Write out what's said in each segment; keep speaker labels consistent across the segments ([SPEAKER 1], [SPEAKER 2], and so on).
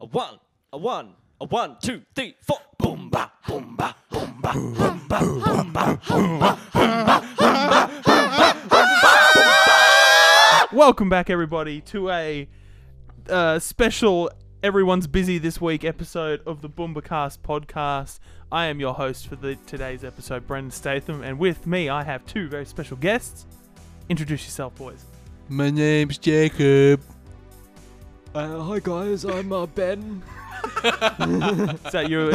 [SPEAKER 1] A one, a one, a one, two, three, four. Boom ba, boom ba, boom ba, boom ba, boom ba, boom ba.
[SPEAKER 2] Welcome back, everybody, to a uh, special Everyone's Busy This Week episode of the Boombacast podcast. I am your host for the, today's episode, Brendan Statham, and with me, I have two very special guests. Introduce yourself, boys.
[SPEAKER 3] My name's Jacob.
[SPEAKER 4] Uh, hi guys, I'm uh, Ben.
[SPEAKER 2] Is that your,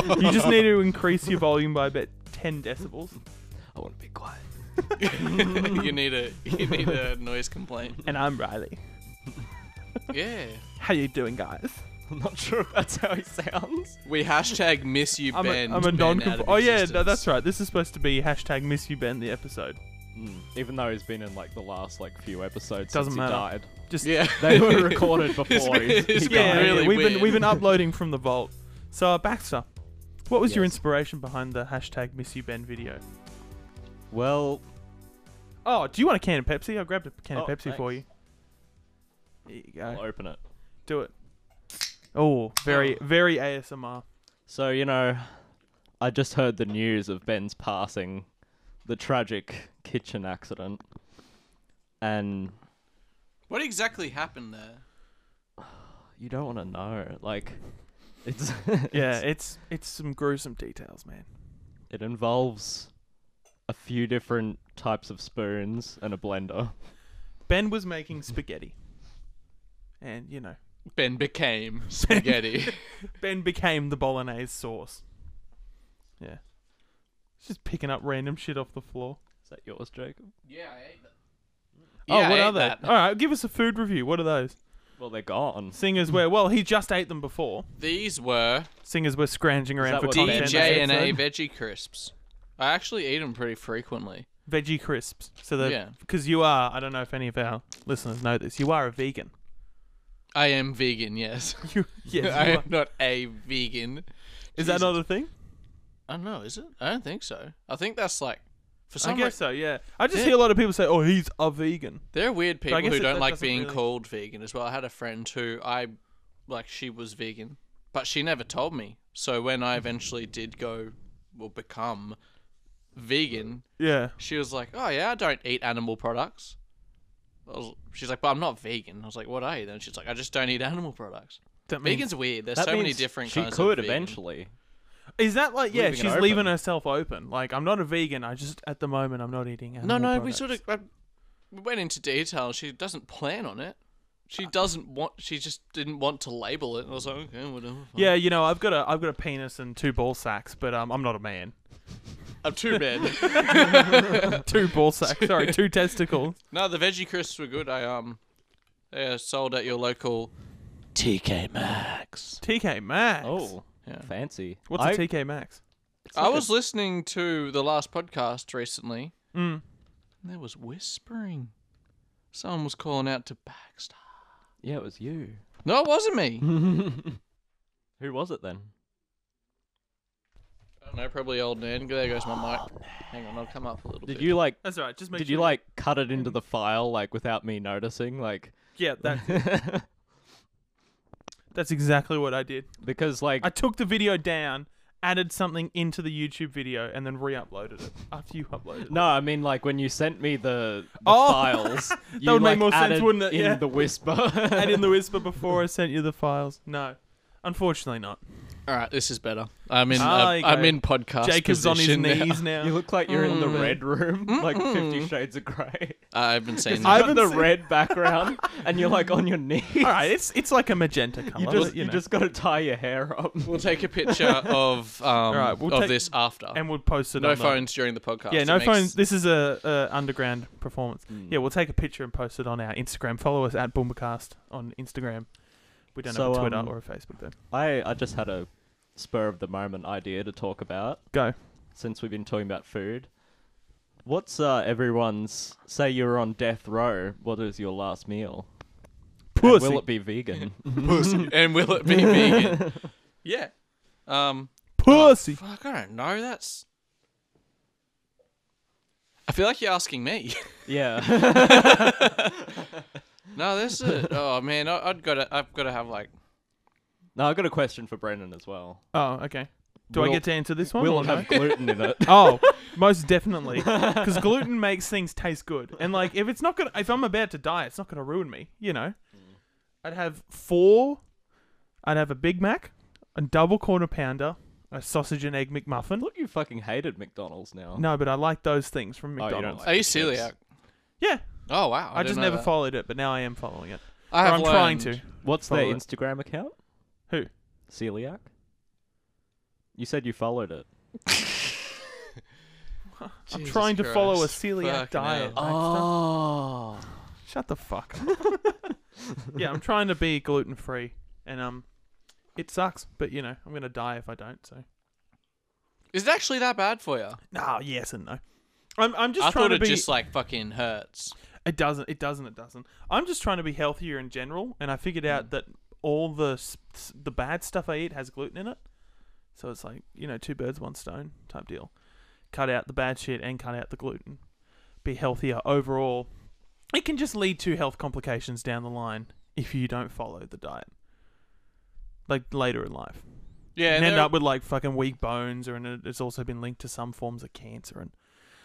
[SPEAKER 2] your- you just need to increase your volume by about 10 decibels
[SPEAKER 4] I want to be quiet.
[SPEAKER 5] you need a you need a noise complaint.
[SPEAKER 2] and i'm riley
[SPEAKER 5] Yeah.
[SPEAKER 2] how you doing guys
[SPEAKER 1] I'm not sure if that's how he sounds.
[SPEAKER 5] We hashtag miss you
[SPEAKER 2] i'm
[SPEAKER 5] Ben.
[SPEAKER 2] a, I'm a non-conform oh yeah no, that's right this is supposed to be hashtag miss you ben the episode
[SPEAKER 4] Even though he's been in like the last like few episodes
[SPEAKER 2] Doesn't
[SPEAKER 4] since
[SPEAKER 2] matter.
[SPEAKER 4] he died,
[SPEAKER 2] just
[SPEAKER 5] Yeah.
[SPEAKER 4] they were recorded before he,
[SPEAKER 5] It's been-
[SPEAKER 4] he
[SPEAKER 2] yeah,
[SPEAKER 5] it's been
[SPEAKER 4] died.
[SPEAKER 5] really
[SPEAKER 2] we've been
[SPEAKER 5] weird.
[SPEAKER 2] we've been uploading from the vault. So uh, Baxter, what was your
[SPEAKER 4] Yes.
[SPEAKER 2] inspiration behind the hashtag Miss You Ben video?
[SPEAKER 4] Well,
[SPEAKER 2] Oh, do you want a can of Pepsi? I grabbed a can of
[SPEAKER 4] Oh,
[SPEAKER 2] Pepsi for you.
[SPEAKER 4] thanks.
[SPEAKER 2] There you
[SPEAKER 4] I'll
[SPEAKER 2] go.
[SPEAKER 4] open it.
[SPEAKER 2] Do it. Oh, very very ASMR.
[SPEAKER 4] So you know, I just heard the news of Ben's passing, the tragic kitchen accident, and
[SPEAKER 5] What exactly happened there?
[SPEAKER 4] you don't want to know. Like, it's
[SPEAKER 2] Yeah, it's it's some gruesome details, man.
[SPEAKER 4] it involves a few different types of spoons and a blender.
[SPEAKER 2] Ben was making spaghetti. And you know,
[SPEAKER 5] Ben became spaghetti.
[SPEAKER 2] Ben became the bolognese sauce. Yeah. Just picking up random shit off the floor.
[SPEAKER 4] Is that yours, Jacob?
[SPEAKER 5] yeah, I ate that.
[SPEAKER 2] Oh,
[SPEAKER 5] Yeah, I
[SPEAKER 2] what
[SPEAKER 5] ate
[SPEAKER 2] are they?
[SPEAKER 5] that.
[SPEAKER 2] All right, give us a food review. What are those?
[SPEAKER 4] Well, they're gone.
[SPEAKER 2] Seeing as we're well, he just ate them before.
[SPEAKER 5] These were
[SPEAKER 2] Seeing as we're scrounging around
[SPEAKER 4] that
[SPEAKER 2] for
[SPEAKER 4] what they
[SPEAKER 2] content,
[SPEAKER 4] Content
[SPEAKER 5] DJ and A
[SPEAKER 2] episode.
[SPEAKER 5] veggie crisps. I actually eat them pretty frequently.
[SPEAKER 2] veggie crisps. So that
[SPEAKER 5] Yeah.
[SPEAKER 2] because you are, I don't know if any of our listeners know this, you are a vegan.
[SPEAKER 5] I am vegan, yes.
[SPEAKER 2] You, yes,
[SPEAKER 5] I
[SPEAKER 2] you
[SPEAKER 5] am
[SPEAKER 2] are.
[SPEAKER 5] not a vegan.
[SPEAKER 2] is that
[SPEAKER 5] Jesus.
[SPEAKER 2] not a thing?
[SPEAKER 5] I don't know, is it? I don't think so. I think that's like for
[SPEAKER 2] I
[SPEAKER 5] some
[SPEAKER 2] guess
[SPEAKER 5] reason
[SPEAKER 2] so. Yeah, I just
[SPEAKER 5] Yeah.
[SPEAKER 2] hear a lot of people say, "Oh, he's a vegan."
[SPEAKER 5] There are weird
[SPEAKER 2] I
[SPEAKER 5] people
[SPEAKER 2] guess
[SPEAKER 5] who
[SPEAKER 2] it- that
[SPEAKER 5] don't like
[SPEAKER 2] doesn't
[SPEAKER 5] being
[SPEAKER 2] really-
[SPEAKER 5] called vegan as well. I had a friend who I like she was vegan, but she never told me. So when
[SPEAKER 2] Mm-hmm.
[SPEAKER 5] I eventually did go well become vegan,
[SPEAKER 2] Yeah,
[SPEAKER 5] she was like, "Oh yeah, I don't eat animal products." I was, she's like, "But I'm not vegan." I was like, "What are you then?" She's like, "I just don't eat animal products."
[SPEAKER 2] that means,
[SPEAKER 5] Vegan's weird. There's so many different
[SPEAKER 4] She
[SPEAKER 5] kinds
[SPEAKER 4] could
[SPEAKER 5] of vegan.
[SPEAKER 4] eventually.
[SPEAKER 2] is that like yeah?
[SPEAKER 4] leaving it
[SPEAKER 2] She's
[SPEAKER 4] open.
[SPEAKER 2] leaving herself open. Like I'm not a vegan. I just at the moment I'm not eating.
[SPEAKER 5] No,
[SPEAKER 2] Animal
[SPEAKER 5] no,
[SPEAKER 2] products.
[SPEAKER 5] we sort of I, we went into detail. She doesn't plan on it. She doesn't want. She just didn't want to label it. I was like, okay, whatever. fine."
[SPEAKER 2] Yeah, you know, I've got a I've got a penis and two ball sacks, but um, I'm not a man.
[SPEAKER 5] I'm too bad.
[SPEAKER 2] two ball sacks. Sorry, two testicles.
[SPEAKER 5] No, the veggie crisps were good. I um, they are sold at your local TK Maxx.
[SPEAKER 2] TK Maxx.
[SPEAKER 4] Oh,
[SPEAKER 5] Yeah.
[SPEAKER 4] fancy.
[SPEAKER 2] What's
[SPEAKER 4] I-
[SPEAKER 2] a TK Maxx?
[SPEAKER 4] it's
[SPEAKER 5] I
[SPEAKER 4] like a-
[SPEAKER 5] was listening to the last podcast recently,
[SPEAKER 2] Mm.
[SPEAKER 5] and there was whispering. Someone was calling out to Baxter.
[SPEAKER 4] Yeah, it was you.
[SPEAKER 5] No, it wasn't me.
[SPEAKER 2] Mm-hmm.
[SPEAKER 4] Who was it then?
[SPEAKER 5] I don't know, probably old Nan. There goes my mic.
[SPEAKER 2] Oh,
[SPEAKER 5] Hang on, I'll come up a little
[SPEAKER 4] Did
[SPEAKER 5] bit.
[SPEAKER 4] you like?
[SPEAKER 2] That's all right. Just make
[SPEAKER 4] Did
[SPEAKER 2] sure
[SPEAKER 4] you like cut it into the file like without me noticing? Like,
[SPEAKER 2] Yeah, that that's exactly what I did.
[SPEAKER 4] because like
[SPEAKER 2] I took the video down, added something into the YouTube video, and then re-uploaded it after you uploaded it.
[SPEAKER 4] no, I mean like when you sent me the, the
[SPEAKER 2] Oh.
[SPEAKER 4] files, you
[SPEAKER 2] would make
[SPEAKER 4] like,
[SPEAKER 2] more sense,
[SPEAKER 4] added
[SPEAKER 2] wouldn't it?
[SPEAKER 4] In
[SPEAKER 2] Yeah.
[SPEAKER 4] the whisper.
[SPEAKER 2] Add in the whisper before I sent you the files. No, unfortunately not.
[SPEAKER 5] All right, this is better. I'm in.
[SPEAKER 2] Ah,
[SPEAKER 5] i
[SPEAKER 2] there you
[SPEAKER 5] I'm
[SPEAKER 2] go.
[SPEAKER 5] in podcast.
[SPEAKER 2] Jacob's on his
[SPEAKER 5] position now.
[SPEAKER 2] knees now.
[SPEAKER 4] you look like you're in the
[SPEAKER 5] Mm.
[SPEAKER 4] red room, like Fifty Shades of Grey.
[SPEAKER 5] I haven't seen
[SPEAKER 2] I
[SPEAKER 4] I
[SPEAKER 5] that.
[SPEAKER 4] have
[SPEAKER 2] haven't
[SPEAKER 4] the
[SPEAKER 2] seen-
[SPEAKER 4] red background, and you're like on your knees.
[SPEAKER 2] all right, it's it's like a magenta color.
[SPEAKER 4] You
[SPEAKER 2] but,
[SPEAKER 4] just, you
[SPEAKER 2] know.
[SPEAKER 4] just gotta tie your hair up.
[SPEAKER 5] We'll take a picture of um
[SPEAKER 2] right, we'll
[SPEAKER 5] of
[SPEAKER 2] take-
[SPEAKER 5] this after.
[SPEAKER 2] and we'll post it.
[SPEAKER 5] no
[SPEAKER 2] on the-
[SPEAKER 5] phones during the podcast.
[SPEAKER 2] Yeah,
[SPEAKER 5] It
[SPEAKER 2] no
[SPEAKER 5] makes- Mm.
[SPEAKER 2] phones. This is a, a underground performance. Yeah, we'll take a picture and post it on our Instagram. Follow us at Boomercast on Instagram. We don't have
[SPEAKER 4] So,
[SPEAKER 2] a Twitter
[SPEAKER 4] um,
[SPEAKER 2] or a Facebook though.
[SPEAKER 4] I, I just had a spur of the moment idea to talk about
[SPEAKER 2] Go.
[SPEAKER 4] since we've been talking about food. What's uh, everyone's say you're on death row, what is your last meal? And
[SPEAKER 2] Pussy.
[SPEAKER 4] will it be vegan?
[SPEAKER 5] and will it be vegan? yeah. Um.
[SPEAKER 2] Pussy.
[SPEAKER 5] Fuck, I don't know. That's. I feel like you're asking me.
[SPEAKER 4] yeah.
[SPEAKER 5] No, this is. Oh man, I, I'd got to. I've got to have like.
[SPEAKER 4] Now I've got a question for Brendan as well.
[SPEAKER 2] Oh, okay. Do I
[SPEAKER 4] Will-
[SPEAKER 2] get to answer this one?
[SPEAKER 4] Will
[SPEAKER 2] or
[SPEAKER 4] it
[SPEAKER 2] no?
[SPEAKER 4] have gluten in it?
[SPEAKER 2] Oh, most definitely. Because gluten makes things taste good. And like, if it's not gonna, if I'm about to die, it's not gonna ruin me. You know,
[SPEAKER 4] Mm.
[SPEAKER 2] I'd have four. I'd have a Big Mac, a double quarter pounder, a sausage and egg McMuffin.
[SPEAKER 4] thought you fucking hated McDonald's now.
[SPEAKER 2] No, but I like those things from
[SPEAKER 4] Oh, you don't
[SPEAKER 2] McDonald's.
[SPEAKER 4] like
[SPEAKER 5] Are you
[SPEAKER 4] the chips.
[SPEAKER 5] celiac?
[SPEAKER 2] yeah,
[SPEAKER 5] Oh wow.
[SPEAKER 2] I,
[SPEAKER 5] didn't
[SPEAKER 2] just
[SPEAKER 5] know
[SPEAKER 2] never
[SPEAKER 5] that.
[SPEAKER 2] followed it, but now I am following it.
[SPEAKER 5] I
[SPEAKER 2] Or
[SPEAKER 5] have
[SPEAKER 2] I'm trying
[SPEAKER 5] learned-
[SPEAKER 2] to.
[SPEAKER 4] What's
[SPEAKER 2] Follow
[SPEAKER 4] their
[SPEAKER 2] it.
[SPEAKER 4] Instagram account?
[SPEAKER 2] Who?
[SPEAKER 4] Celiac? You said you followed it.
[SPEAKER 2] I'm
[SPEAKER 5] Jesus
[SPEAKER 2] trying to follow a
[SPEAKER 5] Christ.
[SPEAKER 2] celiac
[SPEAKER 5] Fucking
[SPEAKER 2] diet.
[SPEAKER 5] hell.
[SPEAKER 2] Baxter.
[SPEAKER 4] Oh.
[SPEAKER 2] Shut the fuck up. yeah, I'm trying to be gluten free, and um, it sucks, but you know, I'm gonna die if I don't. So.
[SPEAKER 5] Is it actually that bad for you?
[SPEAKER 2] No, yes and no. I'm I'm just
[SPEAKER 5] I
[SPEAKER 2] trying
[SPEAKER 5] thought
[SPEAKER 2] to
[SPEAKER 5] it
[SPEAKER 2] be.
[SPEAKER 5] just like fucking hurts.
[SPEAKER 2] it doesn't. It doesn't. It doesn't. I'm just trying to be healthier in general, and I figured out that all the s- s- the bad stuff I eat has gluten in it. So it's like you know, two birds, one stone type deal. Cut out the bad shit and cut out the gluten. Be healthier overall. It can just lead to health complications down the line if you don't follow the diet. Like later in life,
[SPEAKER 5] Yeah.
[SPEAKER 2] and
[SPEAKER 5] And
[SPEAKER 2] end
[SPEAKER 5] there-
[SPEAKER 2] up with like fucking weak bones, or and it- it's also been linked to some forms of cancer and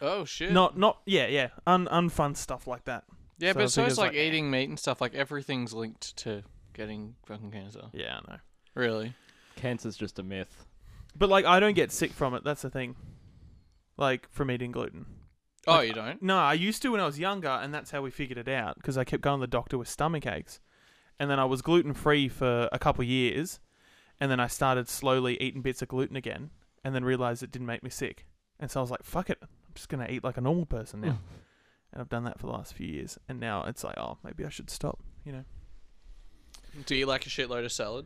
[SPEAKER 5] oh shit.
[SPEAKER 2] not not yeah yeah un unfun stuff like that
[SPEAKER 5] Yeah,
[SPEAKER 2] So I
[SPEAKER 5] but so
[SPEAKER 2] think
[SPEAKER 5] it's
[SPEAKER 2] it's
[SPEAKER 5] like,
[SPEAKER 2] like-
[SPEAKER 5] eating meat and stuff. Like everything's linked to getting fucking cancer.
[SPEAKER 2] yeah i know
[SPEAKER 5] Really?
[SPEAKER 4] Cancer's just a myth.
[SPEAKER 2] but like i don't get sick from it that's the thing like from eating gluten
[SPEAKER 5] Oh, you don't?
[SPEAKER 2] no i used to when i was younger and that's how we figured it out because i kept going to the doctor with stomach aches and then i was gluten free for a couple years and then i started slowly eating bits of gluten again and then realized it didn't make me sick and so i was like fuck it i'm just going to eat like a normal person now and i've done that for the last few years and now it's like oh maybe i should stop you know
[SPEAKER 5] Do you like a shitload of salad?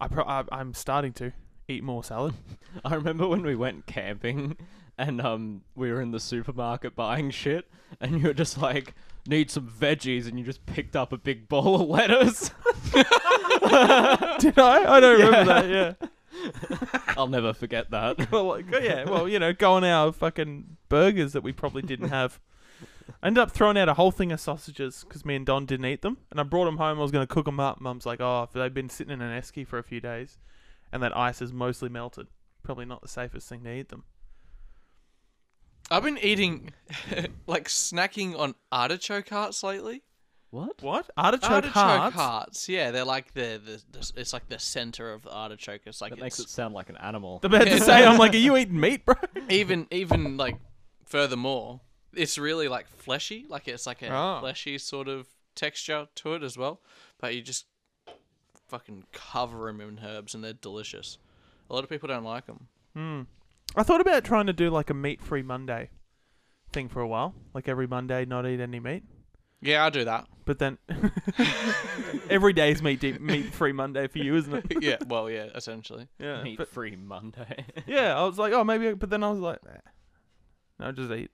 [SPEAKER 2] I pro- I, i'm starting to eat more salad
[SPEAKER 4] I remember when we went camping and um we were in the supermarket buying shit and you were just like need some veggies and you just picked up a big bowl of lettuce.
[SPEAKER 2] Did I? I don't remember that. Yeah.
[SPEAKER 4] I'll never forget that.
[SPEAKER 2] Well, like, oh, yeah. Well, you know, go on our fucking burgers that we probably didn't have. I ended up throwing out a whole thing of sausages because me and Don didn't eat them, and I brought them home. I was going to cook them up. Mum's like, "Oh, if they've been sitting in an esky for a few days, and that ice is mostly melted. Probably not the safest thing to eat them."
[SPEAKER 5] I've been eating, like snacking on artichoke hearts lately.
[SPEAKER 4] What?
[SPEAKER 2] What artichoke,
[SPEAKER 5] artichoke
[SPEAKER 2] hearts?
[SPEAKER 5] hearts. Yeah, they're like the, the, the it's like the center of the artichoke. It's like
[SPEAKER 4] That makes it
[SPEAKER 5] it's
[SPEAKER 4] sound like an animal.
[SPEAKER 2] I'm About to say, I'm like, "Are you eating meat, bro?"
[SPEAKER 5] even even like furthermore, it's really like fleshy. Like it's like a
[SPEAKER 2] Ah.
[SPEAKER 5] fleshy sort of texture to it as well. But you just fucking cover them in herbs and they're delicious. A lot of people don't like them.
[SPEAKER 2] I thought about trying to do like a meat-free Monday thing for a while, like every Monday, not eat any meat.
[SPEAKER 5] Yeah, I do that.
[SPEAKER 2] But then every day's meat deep, meat free Monday for you, isn't it?
[SPEAKER 5] yeah, well, yeah, essentially.
[SPEAKER 2] Yeah.
[SPEAKER 4] Meat
[SPEAKER 2] But,
[SPEAKER 4] free Monday.
[SPEAKER 2] yeah, I was like, oh, maybe. I- But then I was like, eh. no, just eat,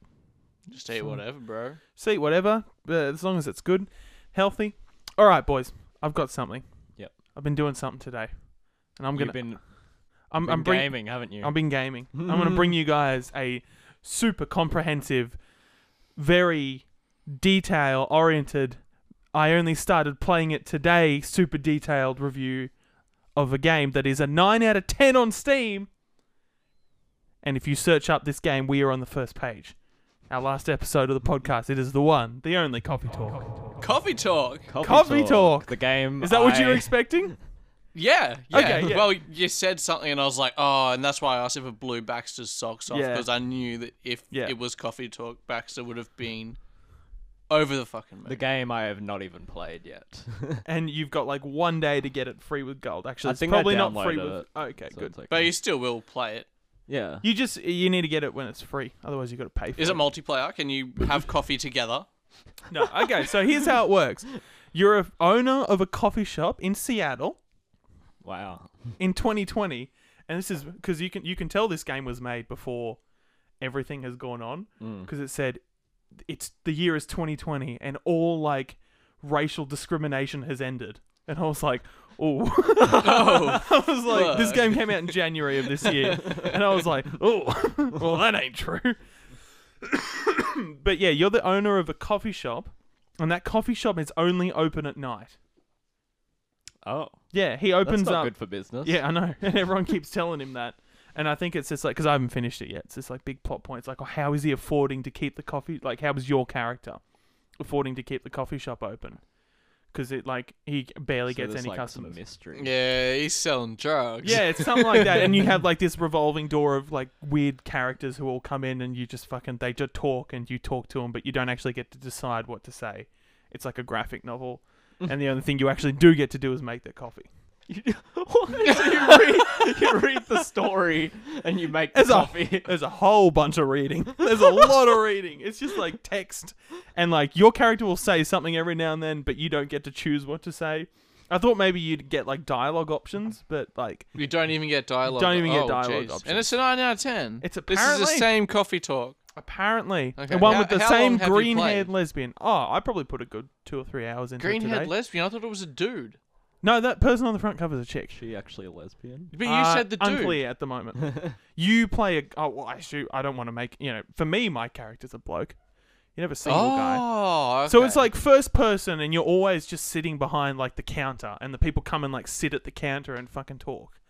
[SPEAKER 5] Just eat whatever, bro.
[SPEAKER 2] just eat whatever, uh, as long as it's good, healthy. All right, boys, I've got something.
[SPEAKER 4] Yep.
[SPEAKER 2] I've been doing something today, and I'm
[SPEAKER 4] You've
[SPEAKER 2] gonna.
[SPEAKER 4] been,
[SPEAKER 2] I'm,
[SPEAKER 4] been
[SPEAKER 2] I'm bring-
[SPEAKER 4] gaming, haven't you?
[SPEAKER 2] I've been gaming. I'm going to bring you guys a super comprehensive, very detail oriented. I only started playing it today, super detailed review of a game that is a 9 out of 10 on Steam. And if you search up this game, we are on the first page. Our last episode of the podcast, it is the one, the only Coffee
[SPEAKER 4] Oh,
[SPEAKER 2] Talk.
[SPEAKER 5] Coffee talk.
[SPEAKER 4] Coffee,
[SPEAKER 2] Coffee Talk.
[SPEAKER 4] The game.
[SPEAKER 2] Is that what you
[SPEAKER 4] I-
[SPEAKER 2] were expecting?
[SPEAKER 5] Yeah, yeah.
[SPEAKER 2] Okay, yeah.
[SPEAKER 5] Well, you said something, and I was like, oh, and that's why I asked if it blew Baxter's socks off
[SPEAKER 2] Yeah.
[SPEAKER 5] because I knew that if
[SPEAKER 2] Yeah.
[SPEAKER 5] it was coffee talk, Baxter would have been over the fucking moon.
[SPEAKER 4] The game I have not even played yet.
[SPEAKER 2] And you've got like one day to get it free with gold. Actually,
[SPEAKER 4] I
[SPEAKER 2] it's
[SPEAKER 4] think I
[SPEAKER 2] probably not free
[SPEAKER 4] downloaded
[SPEAKER 2] with.
[SPEAKER 4] it,
[SPEAKER 2] Okay,
[SPEAKER 4] So
[SPEAKER 2] good.
[SPEAKER 4] it's like-
[SPEAKER 5] but you still will play it.
[SPEAKER 4] yeah.
[SPEAKER 2] You just you need to get it when it's free. Otherwise, you got to pay for
[SPEAKER 5] Is
[SPEAKER 2] it.
[SPEAKER 5] it multiplayer? Can you have coffee together?
[SPEAKER 2] no, okay. So here's how it works. You're a owner of a coffee shop in Seattle
[SPEAKER 4] Wow.
[SPEAKER 2] in 2020, and this is because you can you can tell this game was made before everything has gone on
[SPEAKER 4] Mm.
[SPEAKER 2] because it said it's the year is 2020 and all like racial discrimination has ended. And I was like, oh,
[SPEAKER 4] Oh.
[SPEAKER 2] I was like, this game came out in January of this year, and I was like, oh, well that ain't true. but yeah, you're the owner of a coffee shop and that coffee shop is only open at night.
[SPEAKER 4] Oh,
[SPEAKER 2] Yeah, he
[SPEAKER 4] that's
[SPEAKER 2] opens
[SPEAKER 4] not
[SPEAKER 2] up.
[SPEAKER 4] good for business.
[SPEAKER 2] Yeah, I know. And everyone keeps telling him that. And I think it's just like, because I haven't finished it yet. It's this like big plot point. It's like, oh, how is he affording to keep the coffee? Like, how was your character affording to keep the coffee shop open? Because it like he barely
[SPEAKER 4] So
[SPEAKER 2] gets
[SPEAKER 4] there's,
[SPEAKER 2] any
[SPEAKER 4] like, some
[SPEAKER 2] customers.
[SPEAKER 4] mystery.
[SPEAKER 5] Yeah, he's selling drugs.
[SPEAKER 2] Yeah, it's something like that. And you have like this revolving door of like weird characters who all come in and you just fucking they just talk and you talk to them, but you don't actually get to decide what to say. It's like a graphic novel. And the only thing you actually do get to do is make their coffee.
[SPEAKER 4] You, what? So you, read, you read the story and you make the
[SPEAKER 2] There's
[SPEAKER 4] coffee.
[SPEAKER 2] a there's a whole bunch of reading. There's a lot of reading. It's just like text, and like your character will say something every now and then, but you don't get to choose what to say. I thought maybe you'd get like dialogue options, but like
[SPEAKER 5] You don't even get dialogue.
[SPEAKER 2] Don't even get
[SPEAKER 5] Oh,
[SPEAKER 2] dialogue
[SPEAKER 5] jeez.
[SPEAKER 2] options.
[SPEAKER 5] And it's a nine out of ten.
[SPEAKER 2] It's
[SPEAKER 5] This is
[SPEAKER 2] apparently-
[SPEAKER 5] the same coffee talk.
[SPEAKER 2] apparently,
[SPEAKER 5] Okay.
[SPEAKER 2] and one
[SPEAKER 5] How-
[SPEAKER 2] with the
[SPEAKER 5] how
[SPEAKER 2] same
[SPEAKER 5] long have you
[SPEAKER 2] green-haired
[SPEAKER 5] played?
[SPEAKER 2] lesbian. Oh, I probably put a good two or three hours into it
[SPEAKER 5] Green
[SPEAKER 2] today.
[SPEAKER 5] haired lesbian. I thought it was a dude.
[SPEAKER 2] no, that person on the front cover's a chick.
[SPEAKER 4] She actually a lesbian?
[SPEAKER 5] But you
[SPEAKER 2] Uh,
[SPEAKER 5] said the dude.
[SPEAKER 2] Unclear at the moment. you play a. Oh, well, I shoot. I don't want to make. You know, for me, my character's a bloke. You never single
[SPEAKER 5] oh,
[SPEAKER 2] guy.
[SPEAKER 5] Okay.
[SPEAKER 2] So it's like first person, and you're always just sitting behind like the counter, and the people come and like sit at the counter and fucking talk.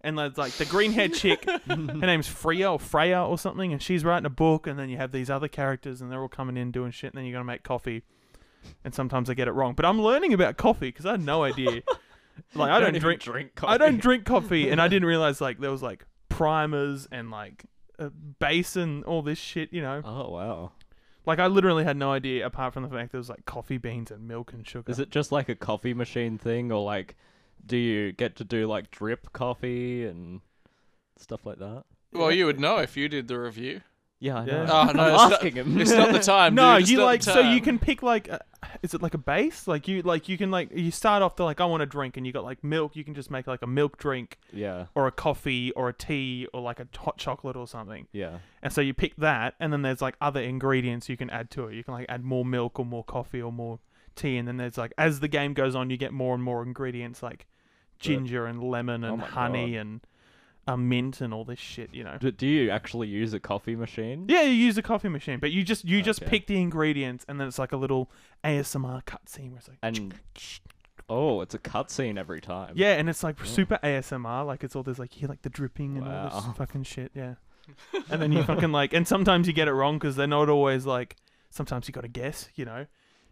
[SPEAKER 2] And there's like the green haired chick, her name's Freya or Freya or something, and she's writing a book, and then you have these other characters, and they're all coming in doing shit, and then you're gonna make coffee. And sometimes I get it wrong, but I'm learning about coffee because I had no idea. like I
[SPEAKER 4] You
[SPEAKER 2] don't,
[SPEAKER 4] even
[SPEAKER 2] drink,
[SPEAKER 4] drink coffee.
[SPEAKER 2] I don't drink coffee, and I didn't realize like there was like primers and like a basin, all this shit, you know.
[SPEAKER 4] Oh wow!
[SPEAKER 2] Like I literally had no idea, apart from the fact there was like coffee beans and milk and sugar.
[SPEAKER 4] Is it just like a coffee machine thing, or like, do you get to do like drip coffee and stuff like that?
[SPEAKER 5] Well, you would know if you did the review.
[SPEAKER 4] Yeah, I
[SPEAKER 2] Yeah.
[SPEAKER 4] know.
[SPEAKER 2] Oh,
[SPEAKER 5] Oh,
[SPEAKER 4] I'm
[SPEAKER 5] no, it's
[SPEAKER 4] asking
[SPEAKER 5] not,
[SPEAKER 4] him.
[SPEAKER 5] It's not the time.
[SPEAKER 2] no,
[SPEAKER 5] dude, it's
[SPEAKER 2] you
[SPEAKER 5] not the
[SPEAKER 2] like so you
[SPEAKER 5] time.
[SPEAKER 2] can pick like, a, is it like a base? Like you like you can like you start off to like I want a drink, and you got like milk. You can just make like a milk drink
[SPEAKER 4] yeah,
[SPEAKER 2] or a coffee or a tea or like a hot chocolate or something.
[SPEAKER 4] yeah.
[SPEAKER 2] And so you pick that, and then there's like other ingredients you can add to it. You can like add more milk or more coffee or more tea, and then there's like as the game goes on, you get more and more ingredients like ginger and lemon and
[SPEAKER 4] Oh my
[SPEAKER 2] honey and uh, mint and all this shit. You know.
[SPEAKER 4] Do, do you actually use a coffee machine?
[SPEAKER 2] Yeah, you use a coffee machine, but you just you just
[SPEAKER 4] Okay.
[SPEAKER 2] pick the ingredients, and then it's like a little ASMR cutscene where it's like,
[SPEAKER 4] And oh, it's a cutscene every time.
[SPEAKER 2] yeah, and it's like super ASMR, like it's all this like you hear like the dripping and all
[SPEAKER 4] Wow.
[SPEAKER 2] this fucking shit, yeah. and then you fucking like, and sometimes you get it wrong because they're not always like. Sometimes you got to guess, you know,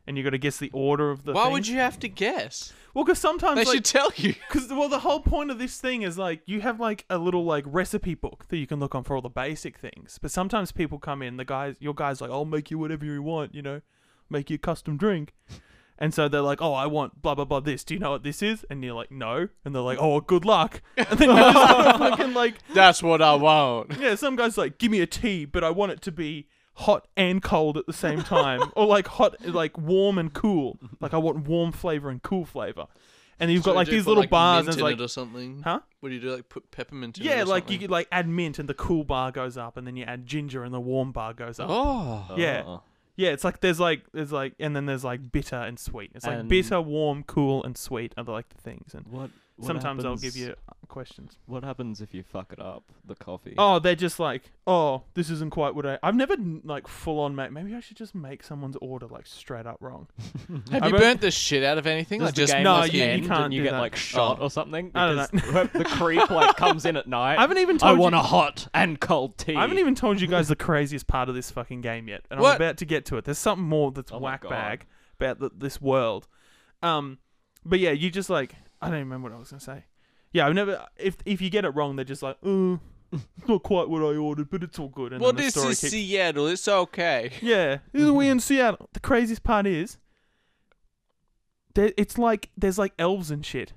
[SPEAKER 2] and you got to guess the order of the.
[SPEAKER 5] Why would you have to guess?
[SPEAKER 2] Well, because sometimes
[SPEAKER 5] They
[SPEAKER 2] like,
[SPEAKER 5] should tell you.
[SPEAKER 2] Because well, the whole point of this thing is like you have like a little like recipe book that you can look on for all the basic things. But sometimes people come in, the guys, your guys, like I'll make you whatever you want, you know, make you a custom drink. And so they're like, oh, I want blah blah blah this. Do you know what this is? And you're like, no. And they're like, oh, well, good luck. And then you just gotta fucking like,
[SPEAKER 5] That's what I want.
[SPEAKER 2] yeah, some guys like, give me a tea, but I want it to be hot and cold at the same time, or like hot, like warm and cool. Like I want warm flavor and cool flavor. And you've got like these little bars, and it's like
[SPEAKER 5] or something.
[SPEAKER 2] Huh?
[SPEAKER 5] What do you do? Like put peppermint in it.
[SPEAKER 2] Yeah,
[SPEAKER 5] or
[SPEAKER 2] like you
[SPEAKER 5] something?
[SPEAKER 2] could like add mint and the cool bar goes up, and then you add ginger and the warm bar goes up.
[SPEAKER 5] Oh.
[SPEAKER 2] Yeah,
[SPEAKER 4] Oh.
[SPEAKER 2] yeah. It's like there's like there's like and then there's like bitter and sweet. It's like
[SPEAKER 4] And-
[SPEAKER 2] bitter, warm, cool, and sweet are the, like the things. And
[SPEAKER 4] What? what
[SPEAKER 2] sometimes I'll give
[SPEAKER 4] happens-
[SPEAKER 2] you uh, questions.
[SPEAKER 4] What happens if you fuck it up? The coffee.
[SPEAKER 2] Oh, they're just like, oh, this isn't quite what I. I've never like full on make. Maybe I should just make someone's order like straight up wrong.
[SPEAKER 5] Have
[SPEAKER 2] I
[SPEAKER 5] you
[SPEAKER 2] bet-
[SPEAKER 5] burnt the shit out of anything?
[SPEAKER 4] Does
[SPEAKER 5] like
[SPEAKER 4] the
[SPEAKER 5] just
[SPEAKER 4] game
[SPEAKER 2] No,
[SPEAKER 4] like,
[SPEAKER 2] you- you
[SPEAKER 4] end
[SPEAKER 2] can't
[SPEAKER 4] and you
[SPEAKER 2] do
[SPEAKER 4] get
[SPEAKER 2] that.
[SPEAKER 4] like shot or something.
[SPEAKER 2] I don't
[SPEAKER 4] Because the creep like comes in at night.
[SPEAKER 2] I haven't even
[SPEAKER 4] I
[SPEAKER 2] told
[SPEAKER 4] want
[SPEAKER 2] you.
[SPEAKER 4] a hot and cold tea.
[SPEAKER 2] I haven't even told you guys the craziest part of this fucking game yet, and I'm
[SPEAKER 5] What?
[SPEAKER 2] about to get to it. There's something more that's
[SPEAKER 4] Oh my
[SPEAKER 2] whack
[SPEAKER 4] God.
[SPEAKER 2] bag about th this world. Um, but yeah, you just like I don't even remember what I was gonna say. Yeah, I've never. If if you get it wrong, they're just like, oh, it's not quite what I ordered, but it's all good. And
[SPEAKER 5] Well,
[SPEAKER 2] then the
[SPEAKER 5] this
[SPEAKER 2] story
[SPEAKER 5] is
[SPEAKER 2] keeps-
[SPEAKER 5] Seattle. It's okay.
[SPEAKER 2] yeah, this is we in Seattle. The craziest part is, there, it's like there's like elves and shit.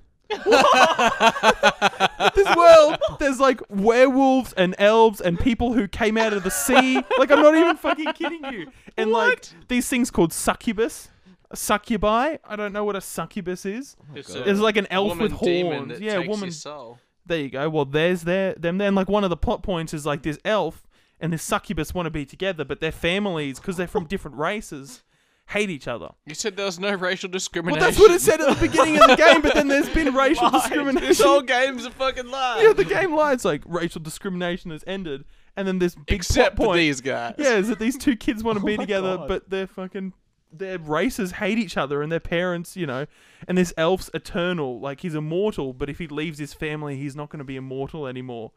[SPEAKER 2] this world, there's like werewolves and elves and people who came out of the sea. Like I'm not even fucking kidding you. And like these things called succubus, succubi. I don't know what a succubus is.
[SPEAKER 5] It's,
[SPEAKER 4] God.
[SPEAKER 2] It's like an elf
[SPEAKER 5] woman
[SPEAKER 2] with
[SPEAKER 5] demon
[SPEAKER 2] horns.
[SPEAKER 5] that
[SPEAKER 2] Yeah,
[SPEAKER 5] takes
[SPEAKER 2] woman
[SPEAKER 5] Your soul.
[SPEAKER 2] there you go. Well, there's their them. Then like one of the plot points is like this elf and this succubus want to be together, but their families, because they're from different races, hate each other.
[SPEAKER 5] You said there was no racial
[SPEAKER 2] Well,
[SPEAKER 5] discrimination.
[SPEAKER 2] that's what it said at the beginning of the game, but then there's been racial
[SPEAKER 5] This whole
[SPEAKER 2] discrimination.
[SPEAKER 5] game's a fucking lie.
[SPEAKER 2] Yeah, the game lies like racial discrimination has ended, and then this big
[SPEAKER 5] Except
[SPEAKER 2] plot
[SPEAKER 5] for
[SPEAKER 2] point.
[SPEAKER 5] these guys.
[SPEAKER 2] Yeah, is that these two kids want to be together,
[SPEAKER 4] God.
[SPEAKER 2] but they're fucking their races hate each other and their parents, you know, and this elf's eternal, like he's immortal, but if he leaves his family, he's not going to be immortal anymore.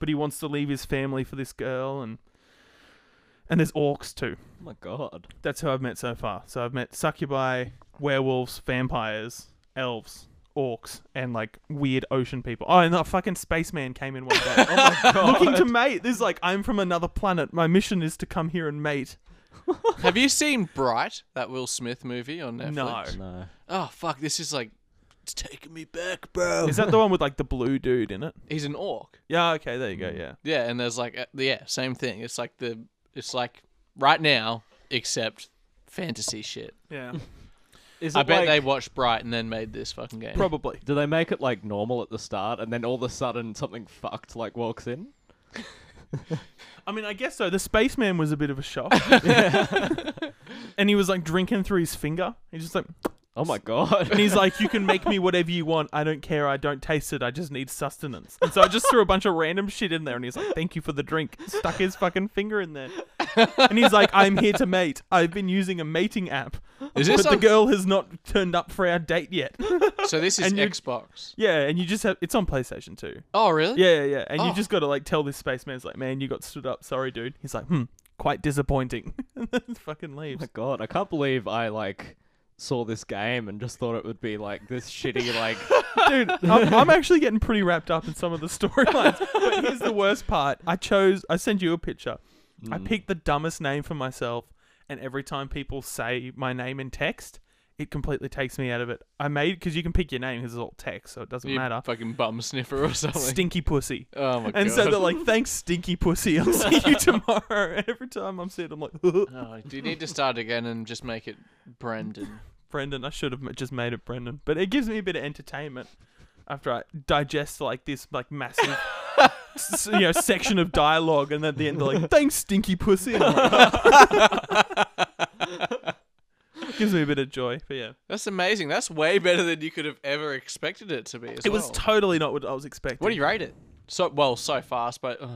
[SPEAKER 2] But he wants to leave his family for this girl and and there's orcs too.
[SPEAKER 4] Oh my god.
[SPEAKER 2] That's who I've met so far. So I've met succubi, werewolves, vampires, elves, orcs, and like weird ocean people. Oh, and a fucking spaceman came in one day. Oh my god. Looking to mate. This is like, I'm from another planet. My mission is to come here and mate.
[SPEAKER 5] Have you seen Bright, that Will Smith movie on Netflix?
[SPEAKER 2] No.
[SPEAKER 4] No.
[SPEAKER 5] Oh fuck, this is like it's taking me back, bro.
[SPEAKER 2] Is that the one with like the blue dude in it?
[SPEAKER 5] He's an orc.
[SPEAKER 2] Yeah, okay, there you go, yeah.
[SPEAKER 5] Yeah, and there's like uh, yeah, same thing. It's like the it's like right now except fantasy shit.
[SPEAKER 2] Yeah.
[SPEAKER 4] Is
[SPEAKER 5] I
[SPEAKER 4] it
[SPEAKER 5] bet
[SPEAKER 4] like-
[SPEAKER 5] they watched Bright and then made this fucking game.
[SPEAKER 2] Probably.
[SPEAKER 4] Do they make it like normal at the start and then all of a sudden something fucked like walks in?
[SPEAKER 2] I mean, I guess so. The spaceman was a bit of a shock. and he was like drinking through his finger. He's just like,
[SPEAKER 4] Oh my god.
[SPEAKER 2] and he's like, you can make me whatever you want. I don't care. I don't taste it. I just need sustenance. And so I just threw a bunch of random shit in there. And he's like, thank you for the drink. Stuck his fucking finger in there. And he's like, I'm here to mate. I've been using a mating app.
[SPEAKER 5] Is this
[SPEAKER 2] but the
[SPEAKER 5] on-
[SPEAKER 2] girl has not turned up for our date yet.
[SPEAKER 5] So this is
[SPEAKER 2] And you-
[SPEAKER 5] Xbox.
[SPEAKER 2] yeah, and you just have, it's on PlayStation 2.
[SPEAKER 5] Oh really?
[SPEAKER 2] Yeah, yeah, yeah. And
[SPEAKER 5] Oh.
[SPEAKER 2] you just got to like tell this spaceman, it's like, man, you got stood up. Sorry, dude. He's like, hmm, quite disappointing. and then fucking
[SPEAKER 4] Oh
[SPEAKER 2] leaves.
[SPEAKER 4] my god, I can't believe I like saw this game and just thought it would be like this shitty like
[SPEAKER 2] dude, I'm, I'm actually getting pretty wrapped up in some of the storylines. But here's the worst part. I chose. I send you a picture. I
[SPEAKER 5] Mm.
[SPEAKER 2] picked the dumbest name for myself, and every time people say my name in text, it completely takes me out of it. I made because you can pick your name because it's all text, so it doesn't
[SPEAKER 5] You
[SPEAKER 2] matter.
[SPEAKER 5] fucking bum sniffer or something.
[SPEAKER 2] Stinky pussy.
[SPEAKER 5] oh my
[SPEAKER 2] And
[SPEAKER 5] god.
[SPEAKER 2] so they're like, "Thanks, stinky pussy. I'll see you tomorrow." And every time I'm seeing, it, I'm like,
[SPEAKER 5] Oh, do you need to start again and just make it Brendan?
[SPEAKER 2] Brendan. I should have m- just made it Brendan, but it gives me a bit of entertainment after I digest like this like massive, s- you know, section of dialogue, and at the end they're like, "Thanks, stinky pussy." And I'm like- gives me a bit of joy, but yeah,
[SPEAKER 5] That's amazing. That's way better than you could have ever expected it to be. As
[SPEAKER 2] it was
[SPEAKER 5] well.
[SPEAKER 2] totally not what I was expecting.
[SPEAKER 5] What do you rate it? So well, so fast, but ugh.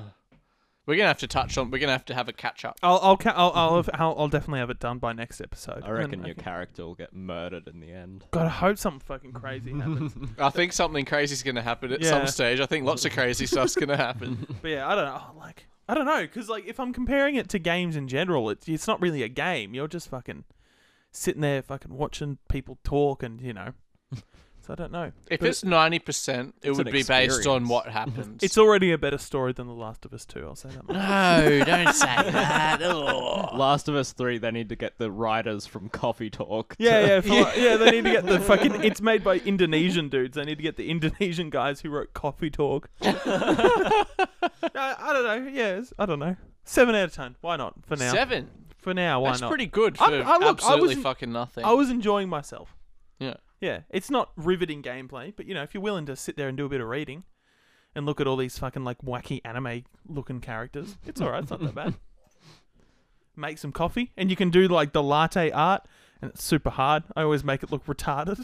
[SPEAKER 5] we're gonna have to touch on. We're gonna have to have a catch up.
[SPEAKER 2] I'll I'll ca- I'll I'll, have, I'll I'll definitely have it done by next episode.
[SPEAKER 4] I reckon
[SPEAKER 2] And
[SPEAKER 4] your
[SPEAKER 2] can-
[SPEAKER 4] character will get murdered in the end.
[SPEAKER 2] God, I hope something fucking crazy happens.
[SPEAKER 5] I think something crazy's gonna happen at
[SPEAKER 2] Yeah.
[SPEAKER 5] some stage. I think lots of crazy stuff's gonna happen.
[SPEAKER 2] But yeah, I don't know. oh, Like, I don't know, because like if I'm comparing it to games in general, it's it's not really a game. You're just fucking sitting there, fucking watching people talk, and you know. so I don't know.
[SPEAKER 5] If
[SPEAKER 2] But
[SPEAKER 5] it's ninety percent, it
[SPEAKER 4] it's
[SPEAKER 5] would
[SPEAKER 4] an
[SPEAKER 5] be based on
[SPEAKER 4] experience.
[SPEAKER 5] what happens.
[SPEAKER 2] It's already a better story than The Last of Us Two. I'll say that. much.
[SPEAKER 5] no, don't say that.
[SPEAKER 4] Last of Us 3, they need to get the writers from Coffee Talk. to-
[SPEAKER 2] Yeah, yeah, for, yeah, yeah. They need to get the fucking. It's made by Indonesian dudes. They need to get the Indonesian guys who wrote Coffee Talk. No, I don't know. Yeah, it's- I don't know. Seven out of ten. Why not? For now.
[SPEAKER 5] Seven.
[SPEAKER 2] For now, why
[SPEAKER 5] That's
[SPEAKER 2] not?
[SPEAKER 5] pretty good for
[SPEAKER 2] I'm- I- look, I
[SPEAKER 5] absolutely
[SPEAKER 2] wasn't-
[SPEAKER 5] fucking nothing.
[SPEAKER 2] I was enjoying myself.
[SPEAKER 5] yeah.
[SPEAKER 2] Yeah, it's not riveting gameplay, but you know, if you're willing to sit there and do a bit of reading and look at all these fucking like wacky anime looking characters, it's alright, it's not that bad. Make some coffee and you can do like the latte art and it's super hard. I always make it look retarded.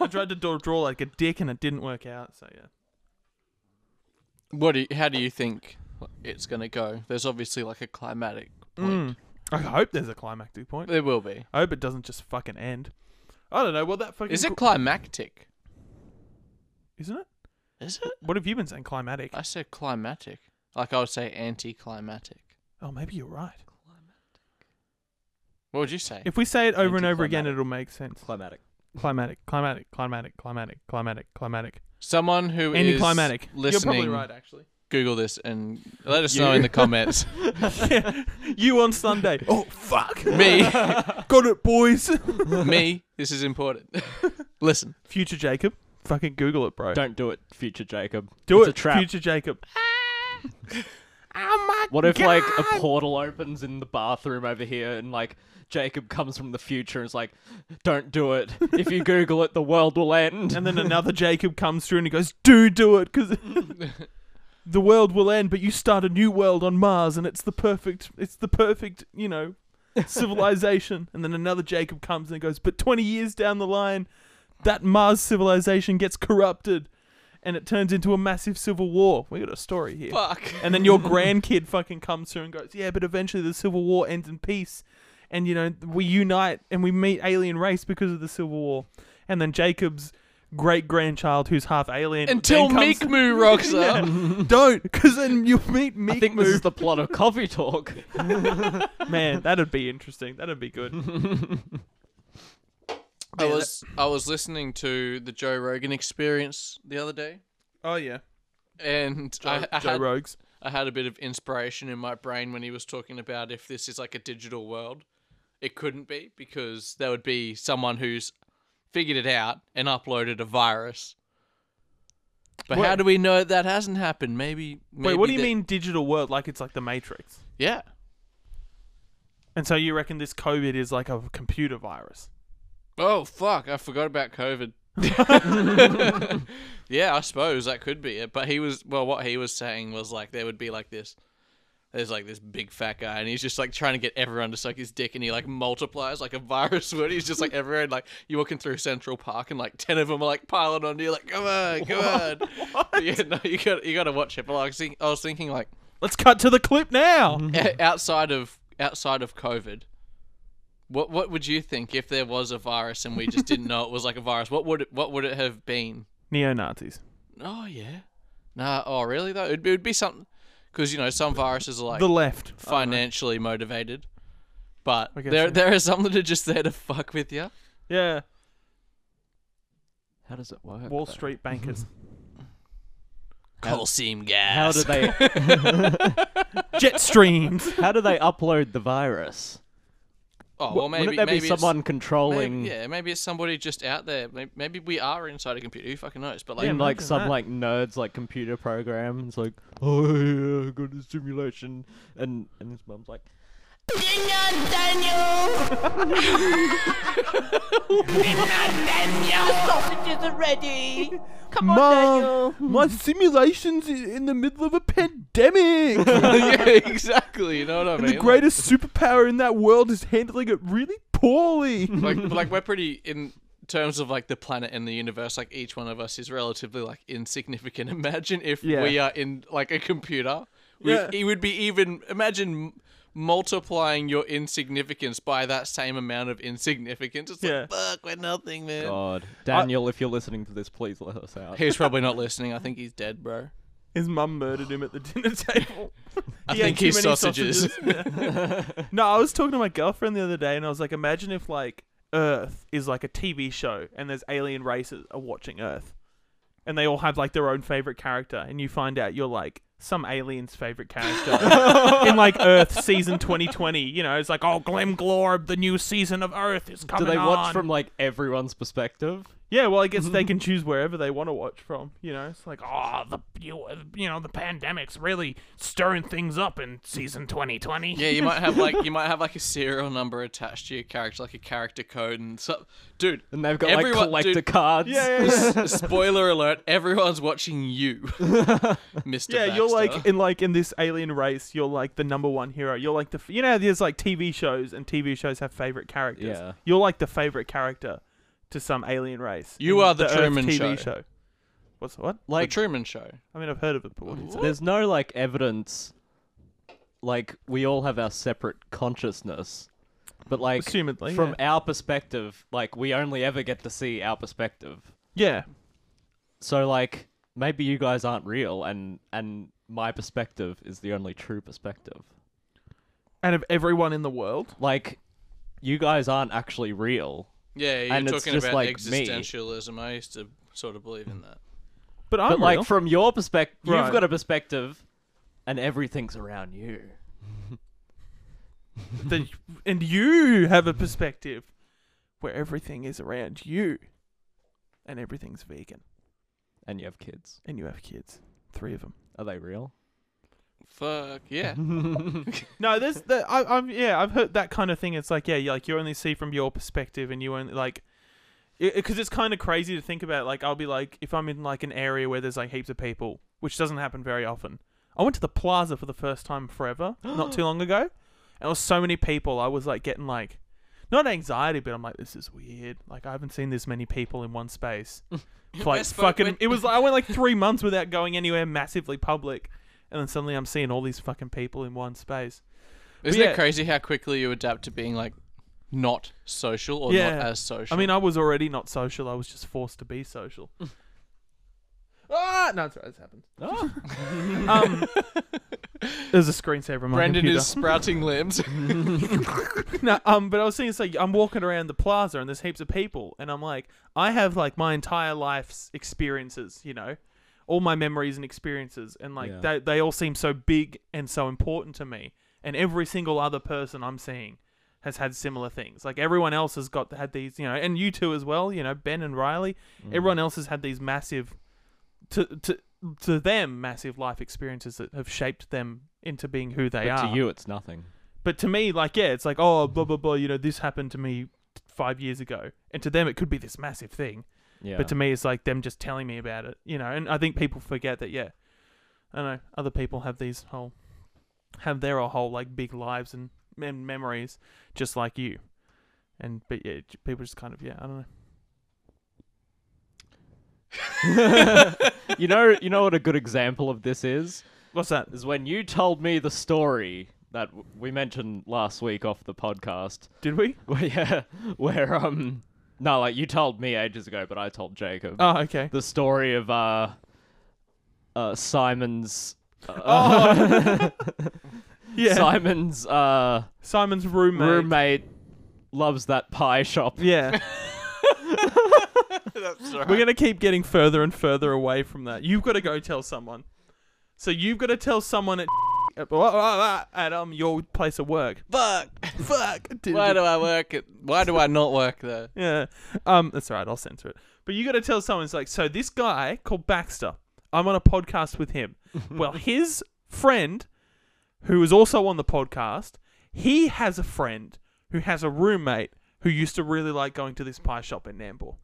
[SPEAKER 2] I tried to draw, draw like a dick and it didn't work out, so yeah.
[SPEAKER 5] What? Do you, how do you think it's gonna go? There's obviously like a climatic point.
[SPEAKER 2] I hope there's a climactic point.
[SPEAKER 5] There will be.
[SPEAKER 2] I hope it doesn't just fucking end. I don't know, well that fucking
[SPEAKER 5] Is it
[SPEAKER 2] cl-
[SPEAKER 5] climactic?
[SPEAKER 2] isn't it?
[SPEAKER 5] Is it?
[SPEAKER 2] What have you been saying? Climatic.
[SPEAKER 5] I said climatic. Like I would say anticlimactic.
[SPEAKER 2] Oh maybe you're right.
[SPEAKER 5] What would you say?
[SPEAKER 2] If we say it over and over again
[SPEAKER 4] Anticlimactic.
[SPEAKER 2] it'll make sense.
[SPEAKER 4] Climatic.
[SPEAKER 2] climatic, climatic, climatic, climatic, climatic, climatic.
[SPEAKER 5] Someone who is
[SPEAKER 2] Anticlimactic.
[SPEAKER 5] listening,
[SPEAKER 2] You're probably right, actually.
[SPEAKER 5] Google this and let us know in the comments.
[SPEAKER 2] You on Sunday? oh fuck!
[SPEAKER 5] me,
[SPEAKER 2] Got it, boys.
[SPEAKER 5] me. This is important. Listen.
[SPEAKER 2] Future Jacob, fucking Google it, bro.
[SPEAKER 4] Don't do it, future Jacob.
[SPEAKER 2] Do
[SPEAKER 4] it's
[SPEAKER 2] it,
[SPEAKER 4] a trap.
[SPEAKER 2] Future Jacob. oh my
[SPEAKER 4] What if like a portal opens in the bathroom over here and like Jacob comes from the future and is like, "Don't do it. If you Google it, the world will end."
[SPEAKER 2] And then another Jacob comes through and he goes, "Do do it, because the world will end, but you start a new world on Mars, and it's the perfect, it's the perfect, you know, civilization." and then another Jacob comes and goes, "But twenty years down the line, that Mars civilization gets corrupted, and it turns into a massive civil war." We got a story here.
[SPEAKER 5] Fuck.
[SPEAKER 2] And then your grandkid fucking comes through and goes, "Yeah, but eventually the civil war ends in peace." and you know we unite and we meet alien race because of the Civil War, and then Jacob's great grandchild who's half alien
[SPEAKER 5] Until
[SPEAKER 2] then comes-
[SPEAKER 5] Meekmoo rocks up.
[SPEAKER 2] don't because then you meet
[SPEAKER 4] I
[SPEAKER 2] Meek
[SPEAKER 4] think this is the plot of Coffee Talk.
[SPEAKER 2] man that'd be interesting that'd be good
[SPEAKER 5] I was I was listening to the Joe Rogan Experience the other day,
[SPEAKER 2] oh yeah
[SPEAKER 5] and I, I
[SPEAKER 2] Joe
[SPEAKER 5] had
[SPEAKER 2] Rogues
[SPEAKER 5] I had a bit of inspiration in my brain when he was talking about if this is like a digital world. It couldn't be because there would be someone who's figured it out and uploaded a virus. But how
[SPEAKER 2] Wait.
[SPEAKER 5] do we know that hasn't happened? Maybe. maybe
[SPEAKER 2] wait what do you
[SPEAKER 5] that-
[SPEAKER 2] mean digital world like it's like the Matrix
[SPEAKER 5] Yeah.
[SPEAKER 2] and so you reckon this COVID is like a computer virus
[SPEAKER 5] Oh fuck! I forgot about COVID. yeah, I suppose that could be it. But he was well. What he was saying was like there would be like this. There's like this big fat guy, and he's just like trying to get everyone to suck his dick, and he like multiplies like a virus would. He's just like everyone like you're walking through Central Park, and like ten of them are like piling on you, like come on, come on. Yeah, no, you got you got to watch it. But like, I was think- I was thinking like
[SPEAKER 2] let's cut to the clip now
[SPEAKER 5] o- outside of outside of COVID, what what would you think if there was a virus and we just didn't know it was like a virus? What would it, what would it have been?
[SPEAKER 2] neo Nazis
[SPEAKER 5] Oh yeah, nah. Oh really though? It'd, be- it'd be something because you know some viruses are like
[SPEAKER 2] the left
[SPEAKER 5] financially motivated, but
[SPEAKER 2] I guess
[SPEAKER 5] there
[SPEAKER 2] so.
[SPEAKER 5] there are some that are just there to fuck with you.
[SPEAKER 2] yeah
[SPEAKER 4] How does it work?
[SPEAKER 2] Wall
[SPEAKER 4] though?
[SPEAKER 2] Street bankers
[SPEAKER 4] How-
[SPEAKER 5] Colseam gas.
[SPEAKER 4] How do they?
[SPEAKER 2] jet streams
[SPEAKER 4] How do they upload the virus?
[SPEAKER 5] Oh well, maybe
[SPEAKER 4] Wouldn't there
[SPEAKER 5] maybe
[SPEAKER 4] be
[SPEAKER 5] it's-
[SPEAKER 4] someone controlling
[SPEAKER 5] Maybe, yeah, maybe it's somebody just out there. May- Maybe we are inside a computer. Who fucking knows? But like,
[SPEAKER 2] Yeah,
[SPEAKER 4] in like
[SPEAKER 2] imagine
[SPEAKER 4] some
[SPEAKER 2] that.
[SPEAKER 4] like nerds like computer program? It's like, oh yeah, I got a simulation, and and his mum's like,
[SPEAKER 2] Mom, my simulation's in the middle of a pandemic.
[SPEAKER 5] yeah, exactly. You know what I mean?
[SPEAKER 2] the greatest superpower in that world is handling it really poorly.
[SPEAKER 5] like like we're pretty in terms of like the planet and the universe like each one of us is relatively like insignificant imagine if
[SPEAKER 2] Yeah.
[SPEAKER 5] we are in like a computer we,
[SPEAKER 2] Yeah.
[SPEAKER 5] it would be even imagine m- multiplying your insignificance by that same amount of insignificance it's
[SPEAKER 2] Yeah.
[SPEAKER 5] like fuck we're nothing man
[SPEAKER 4] God, Daniel, if you're listening to this, please let us out.
[SPEAKER 5] he's probably not listening i think he's dead bro
[SPEAKER 2] His mum murdered him at the dinner table.
[SPEAKER 5] i
[SPEAKER 2] He ate
[SPEAKER 5] think
[SPEAKER 2] too
[SPEAKER 5] he's
[SPEAKER 2] many
[SPEAKER 5] sausages,
[SPEAKER 2] no, I was talking to my girlfriend the other day, and I was like, imagine if like Earth is like a TV show, and there's alien races are watching Earth, and they all have like their own favorite character, and you find out you're like some alien's favorite character in like Earth season 2020. You know, it's like oh, Glenn Glorb, the new season of Earth is
[SPEAKER 4] do
[SPEAKER 2] coming.
[SPEAKER 4] they
[SPEAKER 2] on."
[SPEAKER 4] watch from like everyone's perspective?
[SPEAKER 2] Yeah, well, I guess they can choose wherever they want to watch from. You know, it's like, oh, the you, you know the pandemic's really stirring things up in season 2020.
[SPEAKER 5] yeah you might have like you might have like a serial number attached to your character like a character code and so dude
[SPEAKER 4] And they've got like
[SPEAKER 5] Everyone-
[SPEAKER 4] collector
[SPEAKER 5] dude.
[SPEAKER 4] cards.
[SPEAKER 2] yeah, yeah. yeah.
[SPEAKER 5] Spoiler alert, everyone's watching you. Mr.
[SPEAKER 2] Yeah, you're like
[SPEAKER 5] Baxter.
[SPEAKER 2] in like in this alien race, you're like the number one hero. You're like the f- you know there's like TV shows and TV shows have favorite characters.
[SPEAKER 4] Yeah.
[SPEAKER 2] You're like the favorite character to some alien race.
[SPEAKER 5] You
[SPEAKER 2] in
[SPEAKER 5] are the
[SPEAKER 2] Earth
[SPEAKER 5] Truman Show.
[SPEAKER 2] TV show. What's what?
[SPEAKER 5] The
[SPEAKER 4] Like
[SPEAKER 5] Truman Show.
[SPEAKER 2] I mean, I've heard of it, but what is it?
[SPEAKER 4] there's no like evidence. Like we all have our separate consciousness, but like
[SPEAKER 2] Assumedly,
[SPEAKER 4] from our perspective, like we only ever get to see our perspective.
[SPEAKER 2] Yeah,
[SPEAKER 4] So like maybe you guys aren't real, and and my perspective is the only true perspective.
[SPEAKER 2] and of everyone in the world.
[SPEAKER 4] Like you guys aren't actually real.
[SPEAKER 5] Yeah, you're
[SPEAKER 4] And it's
[SPEAKER 5] talking
[SPEAKER 4] just
[SPEAKER 5] about
[SPEAKER 4] like me.
[SPEAKER 5] existentialism. I used to sort of believe in that.
[SPEAKER 2] But I'm
[SPEAKER 4] But like
[SPEAKER 2] real.
[SPEAKER 4] from your perspective,
[SPEAKER 2] Right.
[SPEAKER 4] you've got a perspective, and everything's around you.
[SPEAKER 2] the, and you have a perspective where everything is around you and everything's vegan
[SPEAKER 4] And you have kids.
[SPEAKER 2] and you have kids three of them
[SPEAKER 4] Are they real?
[SPEAKER 5] Fuck yeah.
[SPEAKER 2] no there's the, I, i've yeah i've heard that kind of thing it's like yeah you like you only see from your perspective and you only like because it's kind of crazy to think about like i'll be like if i'm in like an area where there's like heaps of people which doesn't happen very often i went to the plaza for the first time forever not too long ago and there was so many people i was like getting like not anxiety but i'm like this is weird like i haven't seen this many people in one space It's like
[SPEAKER 5] West-
[SPEAKER 2] fucking
[SPEAKER 5] when-
[SPEAKER 2] it was like i went like three months without going anywhere massively public and then suddenly i'm seeing all these fucking people in one space
[SPEAKER 5] Isn't
[SPEAKER 2] yeah.
[SPEAKER 5] it crazy how quickly you adapt to being like not social or
[SPEAKER 2] Yeah.
[SPEAKER 5] not as social?
[SPEAKER 2] I mean, I was already not social. I was just forced to be social. ah, no, it's right. This happens. um, there's a screensaver on my
[SPEAKER 5] Brendan
[SPEAKER 2] computer.
[SPEAKER 5] Ah. is sprouting limbs.
[SPEAKER 2] no, um, but I was seeing it's like I'm walking around the plaza and there's heaps of people, and I'm like, I have like my entire life's experiences, you know, all my memories and experiences, and like
[SPEAKER 4] Yeah.
[SPEAKER 2] they they all seem so big and so important to me, and every single other person I'm seeing has had similar things. Like everyone else has got had these, you know, and you two as well, you know, Ben and Riley,
[SPEAKER 4] Mm-hmm.
[SPEAKER 2] everyone else has had these massive to to to them massive life experiences that have shaped them into being who they
[SPEAKER 4] But
[SPEAKER 2] are
[SPEAKER 4] to you, it's nothing.
[SPEAKER 2] but to me, like, yeah, it's like, oh, blah, blah, blah, you know, this happened to me five years ago. And to them, it could be this massive thing.
[SPEAKER 4] Yeah.
[SPEAKER 2] But to me, it's like them just telling me about it, you know. And I think people forget that, yeah. I don't know. Other people have these whole, have their whole, like, big lives and, and memories just like you. And, but yeah, j- people just kind of, yeah, I don't know.
[SPEAKER 4] you know, you know what a good example of this is
[SPEAKER 2] What's that?
[SPEAKER 4] is when you told me the story that w- we mentioned last week off the podcast.
[SPEAKER 2] Did we?
[SPEAKER 4] Where, yeah, where um, no, like you told me ages ago, but I told Jacob
[SPEAKER 2] Oh, okay.
[SPEAKER 4] the story of uh, uh Simon's. Uh,
[SPEAKER 2] Yeah.
[SPEAKER 4] Simon's uh,
[SPEAKER 2] Simon's roommate.
[SPEAKER 4] roommate loves that pie shop.
[SPEAKER 2] Yeah.
[SPEAKER 5] That's right.
[SPEAKER 2] We're gonna keep getting further and further away from that. You've got to go tell someone. So you've got to tell someone at at- blah, blah, blah, at um your place of work.
[SPEAKER 5] Fuck. Fuck. Why do I work? At, why do I not work there?
[SPEAKER 2] Yeah. Um, that's all right. I'll censor it. But you got to tell someone. It's like, so this guy called Baxter. I'm on a podcast with him. well, his friend, who is also on the podcast, he has a friend who has a roommate who used to really like going to this pie shop in Nambour.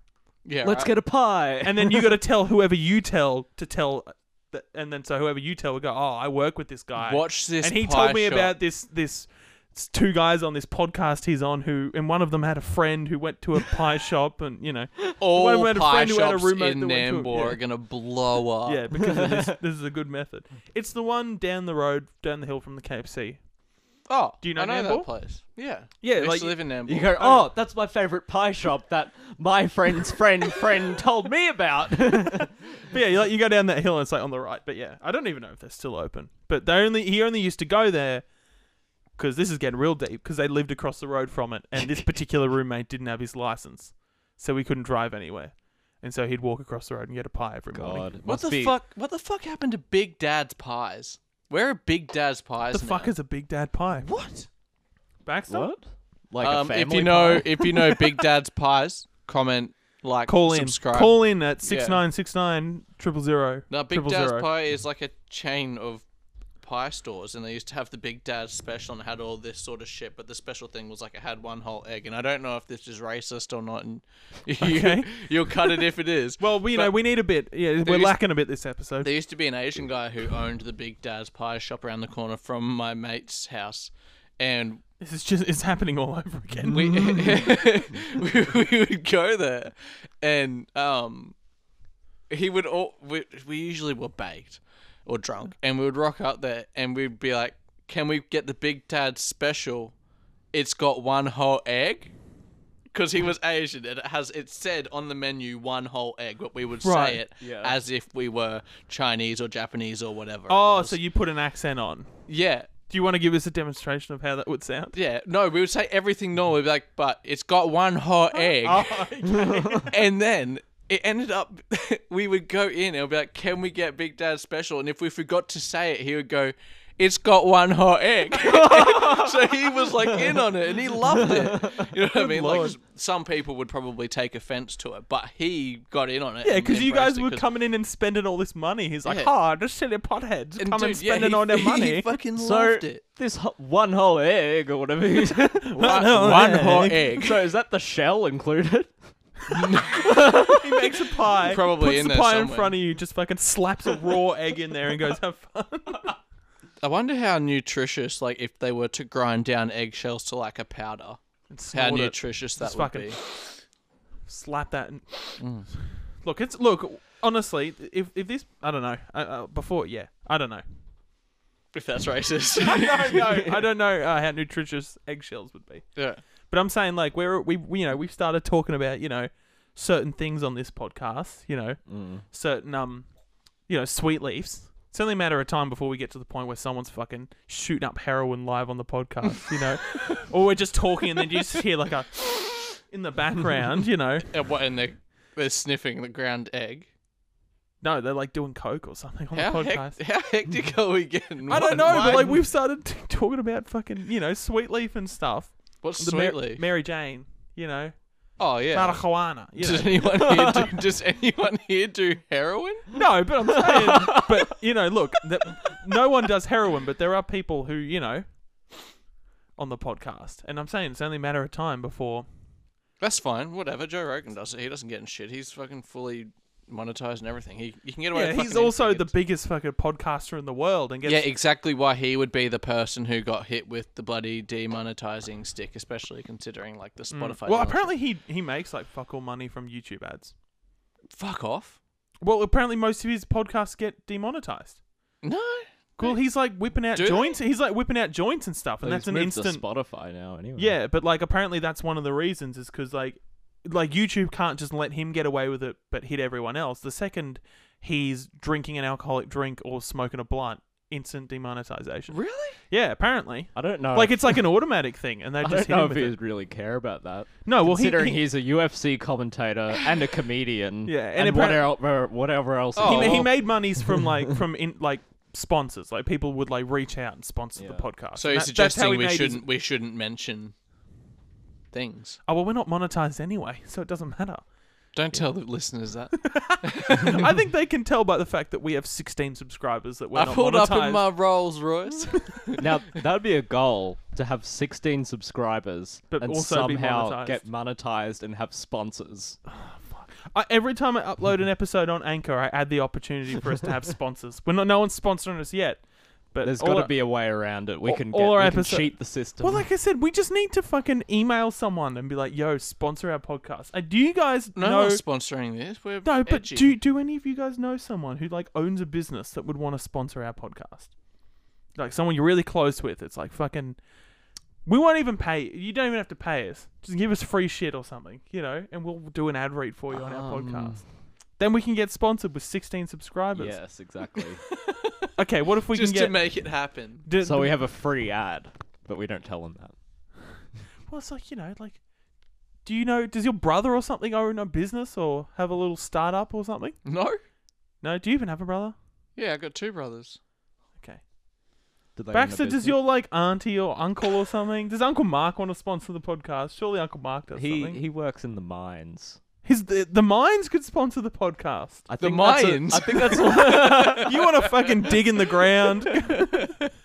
[SPEAKER 5] Yeah.
[SPEAKER 4] Let's
[SPEAKER 5] right.
[SPEAKER 4] get a pie.
[SPEAKER 2] and then you got to tell whoever you tell to tell, th- and then so whoever you tell will go. Oh, I work with this guy.
[SPEAKER 5] Watch this.
[SPEAKER 2] And he
[SPEAKER 5] pie
[SPEAKER 2] told me
[SPEAKER 5] shop.
[SPEAKER 2] about this this s- two guys on this podcast he's on who, and one of them had a friend who went to a pie shop, and you know,
[SPEAKER 5] all
[SPEAKER 2] One who had a
[SPEAKER 5] pie
[SPEAKER 2] friend who had a
[SPEAKER 5] shops
[SPEAKER 2] roommate
[SPEAKER 5] in
[SPEAKER 2] that went to it,
[SPEAKER 5] Nambour
[SPEAKER 2] yeah.
[SPEAKER 5] are gonna blow up.
[SPEAKER 2] yeah, because of this, this is a good method. It's the one down the road, down the hill from the KFC.
[SPEAKER 5] Oh,
[SPEAKER 2] Do you know
[SPEAKER 5] I know
[SPEAKER 2] Nambour?
[SPEAKER 5] that place? Yeah.
[SPEAKER 2] Yeah,
[SPEAKER 5] I used
[SPEAKER 2] like-
[SPEAKER 5] to live in Nambour.
[SPEAKER 4] You go, oh, that's my favorite pie shop that my friend's friend friend told me about.
[SPEAKER 2] But yeah, you, like, you go down that hill and it's like on the right. But yeah, I don't even know if they're still open. But they only he only used to go there because this is getting real deep because they lived across the road from it, and this particular roommate didn't have his license, so he couldn't drive anywhere, and so he'd walk across the road and get a pie every morning.
[SPEAKER 5] What the fuck? What the fuck happened to Big Dad's pies? Where are Big Dad's pies?
[SPEAKER 2] The
[SPEAKER 5] now?
[SPEAKER 2] fuck is a big dad pie?
[SPEAKER 5] what?
[SPEAKER 2] Baxter?
[SPEAKER 4] What? Like
[SPEAKER 5] um,
[SPEAKER 4] a
[SPEAKER 5] if
[SPEAKER 4] family
[SPEAKER 5] you know,
[SPEAKER 4] pie?
[SPEAKER 5] if you know Big Dad's pies, comment, like,
[SPEAKER 2] Call in.
[SPEAKER 5] subscribe.
[SPEAKER 2] Call in at six nine six nine triple zero.
[SPEAKER 5] Now, Big
[SPEAKER 2] triple
[SPEAKER 5] Dad's
[SPEAKER 2] zero.
[SPEAKER 5] Pie is like a chain of pie stores, and they used to have the Big Dad's special and had all this sort of shit. But the special thing was like it had one whole egg, and I don't know if this is racist or not. And you,
[SPEAKER 2] Okay.
[SPEAKER 5] you'll cut it if it is.
[SPEAKER 2] Well, we, you
[SPEAKER 5] But
[SPEAKER 2] know, we need a bit. Yeah, we're
[SPEAKER 5] used-
[SPEAKER 2] lacking a bit this episode.
[SPEAKER 5] There used to be an Asian guy who owned the Big Dad's Pie shop around the corner from my mate's house, and
[SPEAKER 2] this is just, it's happening all over again.
[SPEAKER 5] we
[SPEAKER 2] Mm-hmm.
[SPEAKER 5] we, we would go there, and um, he would all we, we usually were baked or
[SPEAKER 2] Mm-hmm.
[SPEAKER 5] drunk, and we would rock up there, and we'd be like, "Can we get the Big Dad special? It's got one whole egg." Because he was Asian, and it has it said on the menu one whole egg, but we would
[SPEAKER 2] Right.
[SPEAKER 5] say it
[SPEAKER 4] Yeah.
[SPEAKER 5] as if we were Chinese or Japanese or whatever. it
[SPEAKER 2] oh,
[SPEAKER 5] was.
[SPEAKER 2] so you put an accent on.
[SPEAKER 5] yeah,
[SPEAKER 2] Do you want to give us a demonstration of how that would sound?
[SPEAKER 5] yeah. No, we would say everything normal. We'd be like, but it's got one whole
[SPEAKER 2] Oh,
[SPEAKER 5] egg. and then it ended up we would go in and be like, "Can we get Big Dad special?" And if we forgot to say it, he would go, "It's got one hot egg." so he was like in on it and he loved it. You know what I mean? Like some people would probably take offense to it, but he got in on it.
[SPEAKER 2] Yeah,
[SPEAKER 5] and
[SPEAKER 2] because you guys
[SPEAKER 5] embraced it
[SPEAKER 2] were
[SPEAKER 5] 'cause-
[SPEAKER 2] coming in and spending all this money. He's like,
[SPEAKER 5] Yeah.
[SPEAKER 2] "Ah, the silly potheads
[SPEAKER 5] And
[SPEAKER 2] come and
[SPEAKER 5] dude, yeah,
[SPEAKER 2] spending
[SPEAKER 5] he-
[SPEAKER 2] all their
[SPEAKER 5] He
[SPEAKER 2] money."
[SPEAKER 5] fucking
[SPEAKER 4] So
[SPEAKER 5] loved it.
[SPEAKER 4] this ho- one whole egg or whatever. you-
[SPEAKER 5] One,
[SPEAKER 2] no,
[SPEAKER 5] one
[SPEAKER 2] egg.
[SPEAKER 5] hot egg.
[SPEAKER 4] so is that the shell included?
[SPEAKER 2] he makes a pie,
[SPEAKER 5] Probably
[SPEAKER 2] puts
[SPEAKER 5] in
[SPEAKER 2] the
[SPEAKER 5] there
[SPEAKER 2] pie in
[SPEAKER 5] somewhere.
[SPEAKER 2] front of you, just fucking slaps a raw egg in there, and goes, "Have fun."
[SPEAKER 5] I wonder how nutritious, like, if they were to grind down eggshells to like a powder, how
[SPEAKER 2] snort it.
[SPEAKER 5] nutritious that
[SPEAKER 2] Just
[SPEAKER 5] would
[SPEAKER 2] fucking-
[SPEAKER 5] be.
[SPEAKER 2] slap that. And... Mm. Look, it's look. Honestly, if if this, I don't know. Uh, uh, before, yeah, I don't know.
[SPEAKER 5] if that's racist.
[SPEAKER 2] I don't know. I don't know uh, how nutritious eggshells would be.
[SPEAKER 5] yeah.
[SPEAKER 2] But I'm saying like we're we, we you know we've started talking about you know certain things on this podcast. You know
[SPEAKER 5] Mm.
[SPEAKER 2] certain um you know sweet leaves. It's only a matter of time before we get to the point where someone's fucking shooting up heroin live on the podcast. You know, or we're just talking and then you just hear like a in the background. You know,
[SPEAKER 5] And, what, and they're, they're sniffing the ground egg.
[SPEAKER 2] no, they're like doing coke or something on
[SPEAKER 5] How,
[SPEAKER 2] the podcast.
[SPEAKER 5] hec- how hectic are we getting?
[SPEAKER 2] I
[SPEAKER 5] What-
[SPEAKER 2] don't know, but
[SPEAKER 5] why-
[SPEAKER 2] like we've started t- talking about fucking you know sweet leaf and stuff.
[SPEAKER 5] What's
[SPEAKER 2] the Mar-
[SPEAKER 5] sweetly?
[SPEAKER 2] Mary Jane, you know,
[SPEAKER 5] oh, yeah.
[SPEAKER 2] marijuana. You know.
[SPEAKER 5] Does anyone here do, does anyone here do heroin?
[SPEAKER 2] no, but I'm saying, but you know, look, that, no one does heroin, but there are people who you know on the podcast, and I'm saying it's only a matter of time before.
[SPEAKER 5] That's fine. Whatever. Joe Rogan does it. He doesn't get in shit. He's fucking fully monetized and everything. He you can get away.
[SPEAKER 2] Yeah,
[SPEAKER 5] with
[SPEAKER 2] he's
[SPEAKER 5] fucking
[SPEAKER 2] also
[SPEAKER 5] anything.
[SPEAKER 2] the biggest fucking podcaster in the world, and gets
[SPEAKER 5] yeah, exactly why he would be the person who got hit with the bloody demonetizing stick, especially considering like the Spotify.
[SPEAKER 2] well,
[SPEAKER 5] deal and
[SPEAKER 2] apparently he he makes like fuck all money from YouTube ads.
[SPEAKER 5] shit. fuck off.
[SPEAKER 2] Well, apparently most of his podcasts get demonetized.
[SPEAKER 5] No,
[SPEAKER 2] Well, he's like whipping out
[SPEAKER 5] Do they?
[SPEAKER 2] joints. He's like whipping out joints and stuff, and that's an instant.
[SPEAKER 4] Spotify now, anyway.
[SPEAKER 2] Yeah, but like apparently that's one of the reasons is because like like YouTube can't just let him get away with it, but hit everyone else. The second he's drinking an alcoholic drink or smoking a blunt, instant demonetization.
[SPEAKER 5] really?
[SPEAKER 2] Yeah, apparently.
[SPEAKER 4] I don't know.
[SPEAKER 2] Like
[SPEAKER 4] if-
[SPEAKER 2] it's like an automatic thing, and they
[SPEAKER 4] I
[SPEAKER 2] just hit
[SPEAKER 4] don't know
[SPEAKER 2] him
[SPEAKER 4] if
[SPEAKER 2] with
[SPEAKER 4] he
[SPEAKER 2] it.
[SPEAKER 4] really care about that.
[SPEAKER 2] No, well, he,
[SPEAKER 4] considering
[SPEAKER 2] he,
[SPEAKER 4] he's a UFC commentator and a comedian.
[SPEAKER 2] Yeah, and
[SPEAKER 4] and, whatever, whatever else.
[SPEAKER 5] Oh,
[SPEAKER 2] he, ma- he
[SPEAKER 5] well.
[SPEAKER 2] made monies from like from in like sponsors. Like people would like reach out and sponsor the
[SPEAKER 4] Yeah.
[SPEAKER 2] podcast.
[SPEAKER 5] So
[SPEAKER 2] And
[SPEAKER 5] you're
[SPEAKER 2] that- that's how
[SPEAKER 5] suggesting
[SPEAKER 2] he
[SPEAKER 5] we
[SPEAKER 2] made his-
[SPEAKER 5] shouldn't we shouldn't mention things.
[SPEAKER 2] Oh well, we're not monetized anyway, so it doesn't matter.
[SPEAKER 5] Don't tell the listeners that.
[SPEAKER 2] I think they can tell by the fact that we have 16 subscribers that we're
[SPEAKER 5] I
[SPEAKER 2] not
[SPEAKER 5] pulled
[SPEAKER 2] monetized.
[SPEAKER 5] up in my Rolls Royce.
[SPEAKER 4] now that would be a goal to have 16 subscribers
[SPEAKER 2] But
[SPEAKER 4] and
[SPEAKER 2] also be
[SPEAKER 4] somehow
[SPEAKER 2] monetized.
[SPEAKER 4] get monetized and have sponsors.
[SPEAKER 2] I, every time I upload an episode on Anchor, I add the opportunity for us to have sponsors. We're not, no one's sponsoring us yet, but
[SPEAKER 4] There's
[SPEAKER 2] all
[SPEAKER 4] got
[SPEAKER 2] I-
[SPEAKER 4] to be a way around it. We
[SPEAKER 2] all-
[SPEAKER 4] can get,
[SPEAKER 2] all our
[SPEAKER 4] we can
[SPEAKER 2] episo-
[SPEAKER 4] cheat the system.
[SPEAKER 2] Well, like I said, we just need to fucking email someone and be like, "Yo, sponsor our podcast." Uh, do you guys
[SPEAKER 5] No,
[SPEAKER 2] know?
[SPEAKER 5] one's sponsoring this. We're
[SPEAKER 2] no, but
[SPEAKER 5] edgy.
[SPEAKER 2] do do any of you guys know someone who like owns a business that would want to sponsor our podcast? Like someone you're really close with. It's like fucking. We won't even pay. You don't even have to pay us. Just give us free shit or something, you know, and we'll do an ad read for you on our
[SPEAKER 4] Um,
[SPEAKER 2] podcast. Then we can get sponsored with 16 subscribers.
[SPEAKER 4] yes, exactly.
[SPEAKER 2] Okay, what if we
[SPEAKER 5] just
[SPEAKER 2] can
[SPEAKER 5] to
[SPEAKER 2] get?
[SPEAKER 5] make it happen.
[SPEAKER 2] d-
[SPEAKER 4] so we have a free ad, but we don't tell them that.
[SPEAKER 2] well, it's like you know, like, do you know? Does your brother or something own a business or have a little startup or something?
[SPEAKER 5] No.
[SPEAKER 2] No, do you even have a brother?
[SPEAKER 5] Yeah, I got two brothers.
[SPEAKER 2] Okay,
[SPEAKER 4] Did they own a
[SPEAKER 2] Baxter, does
[SPEAKER 4] business?
[SPEAKER 2] your like auntie or uncle or something? Does Uncle Mark want to sponsor the podcast? Surely Uncle Mark does
[SPEAKER 4] he
[SPEAKER 2] something.
[SPEAKER 4] he works in the mines?
[SPEAKER 2] His the, the mines could sponsor the podcast.
[SPEAKER 4] I
[SPEAKER 5] The
[SPEAKER 4] think that's a-
[SPEAKER 5] mines?
[SPEAKER 4] I think that's a-
[SPEAKER 2] You want to fucking dig in the ground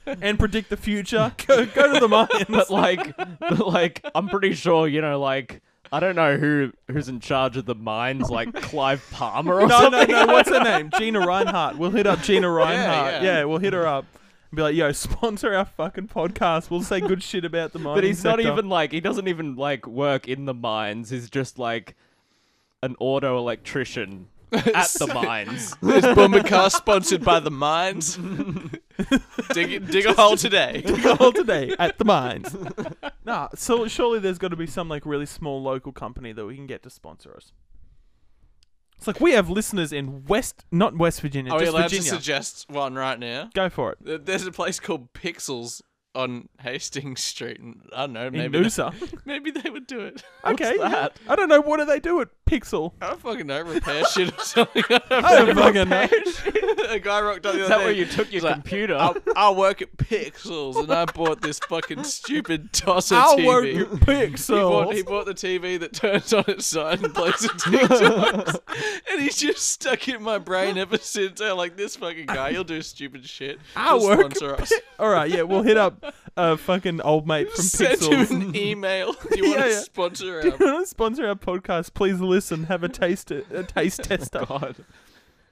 [SPEAKER 2] and predict the future? Go, go to the mines.
[SPEAKER 4] but like, but like, I'm pretty sure you know, like, I don't know who who's in charge of the mines, like Clive Palmer or
[SPEAKER 2] No, no,
[SPEAKER 4] something.
[SPEAKER 2] no. What's her name? Gina Reinhart. We'll hit up Gina Reinhart. Yeah,
[SPEAKER 5] yeah.
[SPEAKER 2] we'll hit her up and be like, "Yo, sponsor our fucking podcast. We'll say good shit about the mining
[SPEAKER 4] But he's not
[SPEAKER 2] sector."
[SPEAKER 4] even like he doesn't even like work in the mines. He's just like an auto electrician at the mines.
[SPEAKER 5] This bumper car sponsored by the mines. dig, dig a hole today.
[SPEAKER 2] the whole today at the mines. nah, so surely there's got to be some like really small local company that we can get to sponsor us. It's like we have listeners in West, not West Virginia,
[SPEAKER 5] Are we
[SPEAKER 2] just
[SPEAKER 5] allowed
[SPEAKER 2] Virginia.
[SPEAKER 5] to suggest one right now?
[SPEAKER 2] Go for it.
[SPEAKER 5] Th- There's a place called Pixels on Hastings Street. And I don't know.
[SPEAKER 2] In
[SPEAKER 5] Maybe
[SPEAKER 2] Noosa.
[SPEAKER 5] They, maybe they would do it.
[SPEAKER 2] okay. yeah.
[SPEAKER 4] that?
[SPEAKER 2] I don't know. What do they do at Pixel?
[SPEAKER 5] I don't fucking know. Repair shit or something.
[SPEAKER 2] I don't fucking know.
[SPEAKER 5] a guy rocked up the
[SPEAKER 4] Is
[SPEAKER 5] other
[SPEAKER 4] that
[SPEAKER 5] day.
[SPEAKER 4] where you took your
[SPEAKER 5] like,
[SPEAKER 4] computer?
[SPEAKER 5] I, I work at Pixels and I bought this fucking stupid tosser
[SPEAKER 2] I'll
[SPEAKER 5] TV.
[SPEAKER 2] work at
[SPEAKER 5] He bought,
[SPEAKER 2] Pixel.
[SPEAKER 5] he bought the TV that turns on its side and plays the TikToks. and he's just stuck in my brain ever since. I'm like, this fucking guy, he'll do stupid shit.
[SPEAKER 2] I
[SPEAKER 5] He'll
[SPEAKER 2] work
[SPEAKER 5] sponsor us.
[SPEAKER 2] All right, yeah, we'll hit up uh, fucking old mate from
[SPEAKER 5] Send
[SPEAKER 2] Pixels.
[SPEAKER 5] him an email. Do you
[SPEAKER 2] Yeah,
[SPEAKER 5] want to
[SPEAKER 2] yeah.
[SPEAKER 5] sponsor
[SPEAKER 2] Do you
[SPEAKER 5] him?
[SPEAKER 2] want to sponsor our podcast? Please listen. Have a taste. A taste tester.
[SPEAKER 4] God.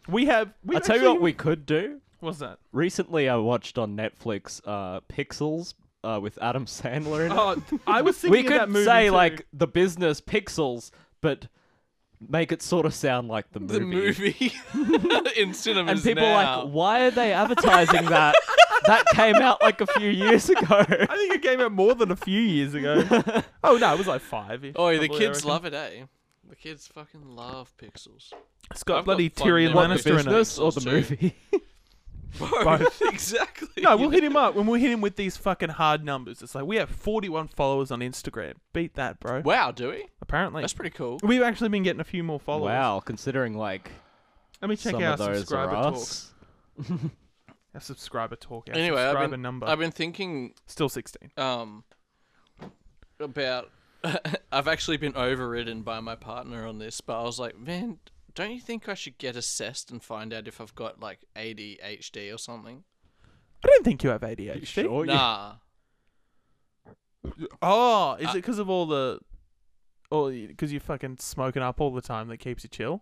[SPEAKER 2] We have.
[SPEAKER 4] I
[SPEAKER 2] we've
[SPEAKER 4] tell you
[SPEAKER 2] actually-
[SPEAKER 4] what, we could do.
[SPEAKER 2] What's that?
[SPEAKER 4] Recently, I watched on Netflix uh, Pixels uh, with Adam Sandler in it.
[SPEAKER 2] Oh, I was thinking
[SPEAKER 4] we
[SPEAKER 2] of that
[SPEAKER 4] could
[SPEAKER 2] movie
[SPEAKER 4] say
[SPEAKER 2] too.
[SPEAKER 4] like the business Pixels, but make it sort of sound like the movie.
[SPEAKER 5] The movie in cinemas
[SPEAKER 4] And people are
[SPEAKER 5] now.
[SPEAKER 4] like, why are they advertising that? that came out like a few years ago.
[SPEAKER 2] I think it came out more than a few years ago. oh no, it was like five.
[SPEAKER 5] Oh, the kids love it, eh? The kids fucking love pixels.
[SPEAKER 2] It's got
[SPEAKER 5] I've got
[SPEAKER 2] bloody
[SPEAKER 5] fun
[SPEAKER 2] Tyrion
[SPEAKER 5] memories.
[SPEAKER 2] Lannister in it.
[SPEAKER 4] Business or the
[SPEAKER 5] Too.
[SPEAKER 4] movie?
[SPEAKER 5] Both, exactly.
[SPEAKER 2] No, we'll hit him up when we hit him with these fucking hard numbers. It's like we have 41 followers on Instagram. Beat that, bro.
[SPEAKER 5] Wow, do we?
[SPEAKER 2] Apparently,
[SPEAKER 5] That's pretty cool.
[SPEAKER 2] we've actually been getting a few more followers.
[SPEAKER 4] wow, considering like
[SPEAKER 2] Let me check
[SPEAKER 4] some
[SPEAKER 2] our
[SPEAKER 4] of those are
[SPEAKER 2] subscriber talk.
[SPEAKER 4] us.
[SPEAKER 2] Our subscriber talk. Our
[SPEAKER 5] Anyway,
[SPEAKER 2] subscriber
[SPEAKER 5] I've been,
[SPEAKER 2] number.
[SPEAKER 5] I've been thinking
[SPEAKER 2] Still 16.
[SPEAKER 5] um about I've actually been overridden by my partner on this, but I was like, man, don't you think I should get assessed and find out if I've got like ADHD or something?
[SPEAKER 2] I don't think you have ADHD.
[SPEAKER 4] Sure, you-
[SPEAKER 5] nah.
[SPEAKER 2] Oh, is it 'cause it because of all the, all because you're fucking smoking up all the time that keeps you chill?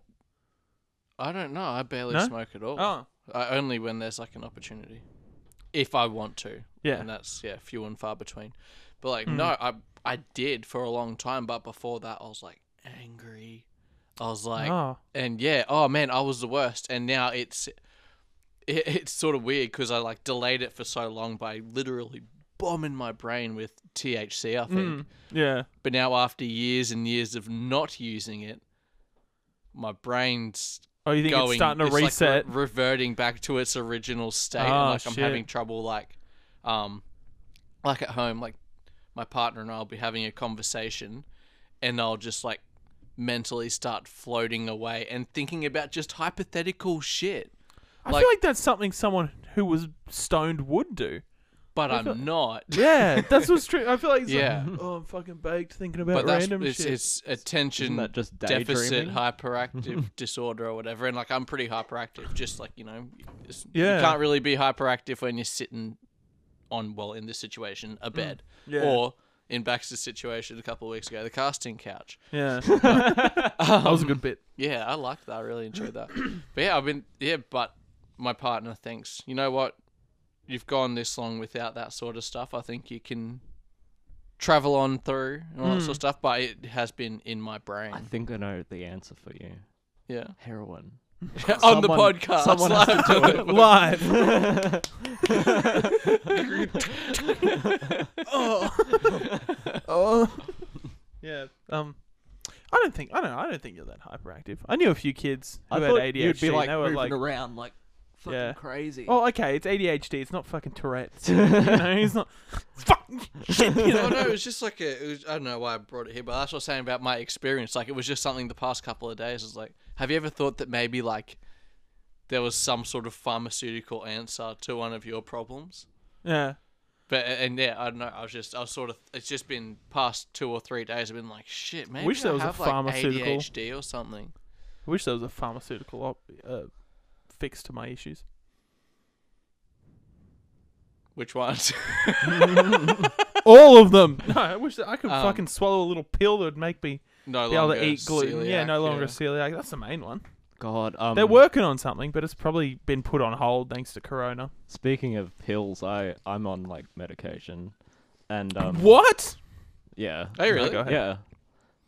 [SPEAKER 5] I don't know. I barely
[SPEAKER 2] No?
[SPEAKER 5] smoke at all.
[SPEAKER 2] Oh,
[SPEAKER 5] I only when there's like an opportunity. If I want to.
[SPEAKER 2] yeah. Mm.
[SPEAKER 5] And that's yeah, few and far between. But like no, I I did for a long time, but before that I was like angry. I was like
[SPEAKER 2] oh,
[SPEAKER 5] and yeah, oh man, I was the worst. And now it's it, it's sort of weird because I like delayed it for so long by literally bombing my brain with THC. I think,
[SPEAKER 2] Mm. yeah.
[SPEAKER 5] but now after years and years of not using it, my brain's
[SPEAKER 2] Oh, you think
[SPEAKER 5] going
[SPEAKER 2] it's starting to
[SPEAKER 5] like, re-
[SPEAKER 2] reset?
[SPEAKER 5] reverting back to its original state. and,
[SPEAKER 2] Ah,
[SPEAKER 5] like I'm
[SPEAKER 2] shit.
[SPEAKER 5] having trouble, like, um, like at home, like my partner and I'll be having a conversation, and I'll just like mentally start floating away and thinking about just hypothetical shit.
[SPEAKER 2] I
[SPEAKER 5] like-
[SPEAKER 2] feel like that's something someone who was stoned would do.
[SPEAKER 5] But
[SPEAKER 2] I feel-
[SPEAKER 5] I'm not.
[SPEAKER 2] Yeah, that's what's true. I feel like it's like,
[SPEAKER 5] Yeah.
[SPEAKER 2] oh, I'm fucking baked thinking about
[SPEAKER 5] But that's
[SPEAKER 2] random
[SPEAKER 5] it's,
[SPEAKER 2] shit.
[SPEAKER 5] it's attention
[SPEAKER 4] Isn't that just
[SPEAKER 5] deficit
[SPEAKER 4] daydreaming?
[SPEAKER 5] hyperactive disorder or whatever. And like I'm pretty hyperactive, just like you know, it's-
[SPEAKER 2] Yeah.
[SPEAKER 5] you can't really be hyperactive when you're sitting on well in this situation a bed
[SPEAKER 2] Mm. yeah.
[SPEAKER 5] or in Baxter's situation a couple of weeks ago the casting couch.
[SPEAKER 2] yeah, that was a good bit.
[SPEAKER 5] Yeah, I liked that. I really enjoyed that. but yeah, I've been yeah, but my partner thinks you know what, you've gone this long without that sort of stuff. I think you can. Travel on through and all that
[SPEAKER 2] Mm.
[SPEAKER 5] sort of stuff, but it has been in my brain.
[SPEAKER 4] I think I know the answer for you.
[SPEAKER 5] Yeah.
[SPEAKER 4] Heroin.
[SPEAKER 5] on the
[SPEAKER 4] Someone-
[SPEAKER 5] podcast.
[SPEAKER 4] someone has to
[SPEAKER 5] live.
[SPEAKER 2] Live. oh. Yeah. Um. I don't think I don't. I don't think you're that hyperactive. I knew a few kids who
[SPEAKER 4] I
[SPEAKER 2] had
[SPEAKER 4] thought
[SPEAKER 2] ADHD.
[SPEAKER 4] you'd be like
[SPEAKER 2] and they were
[SPEAKER 4] moving
[SPEAKER 2] like,
[SPEAKER 4] around like fucking
[SPEAKER 2] Yeah.
[SPEAKER 4] crazy.
[SPEAKER 2] oh, okay, it's ADHD. It's not fucking Tourette's. you know, he's not. Fuck. Shit, you know?
[SPEAKER 5] Oh no, it was just like a. It was, I don't know why I brought it here, but that's what I was saying about my experience. Like it was just something the past couple of days. Is like, have you ever thought that maybe like there was some sort of pharmaceutical answer to one of your problems?
[SPEAKER 2] Yeah.
[SPEAKER 5] But and yeah, I don't know. I was just I was sort of. It's just been past two or three days. I've been like, shit, maybe
[SPEAKER 2] Wish there
[SPEAKER 5] I
[SPEAKER 2] was a
[SPEAKER 5] have, like,
[SPEAKER 2] pharmaceutical-
[SPEAKER 5] ADHD or something.
[SPEAKER 2] I wish there was a pharmaceutical op- uh, fix to my issues.
[SPEAKER 5] Which one?
[SPEAKER 2] All of them. No, I wish that I could
[SPEAKER 5] Um,
[SPEAKER 2] fucking swallow a little pill that would make me
[SPEAKER 5] no
[SPEAKER 2] be able
[SPEAKER 5] longer
[SPEAKER 2] to eat gluten. yeah,
[SPEAKER 5] celiac,
[SPEAKER 2] no longer celiac. That's the main one.
[SPEAKER 4] God, um,
[SPEAKER 2] They're working on something, but it's probably been put on hold thanks to Corona.
[SPEAKER 4] Speaking of pills, I I'm on like medication, and um,
[SPEAKER 2] What?
[SPEAKER 4] yeah,
[SPEAKER 5] Hey, really?
[SPEAKER 2] go ahead.
[SPEAKER 4] yeah,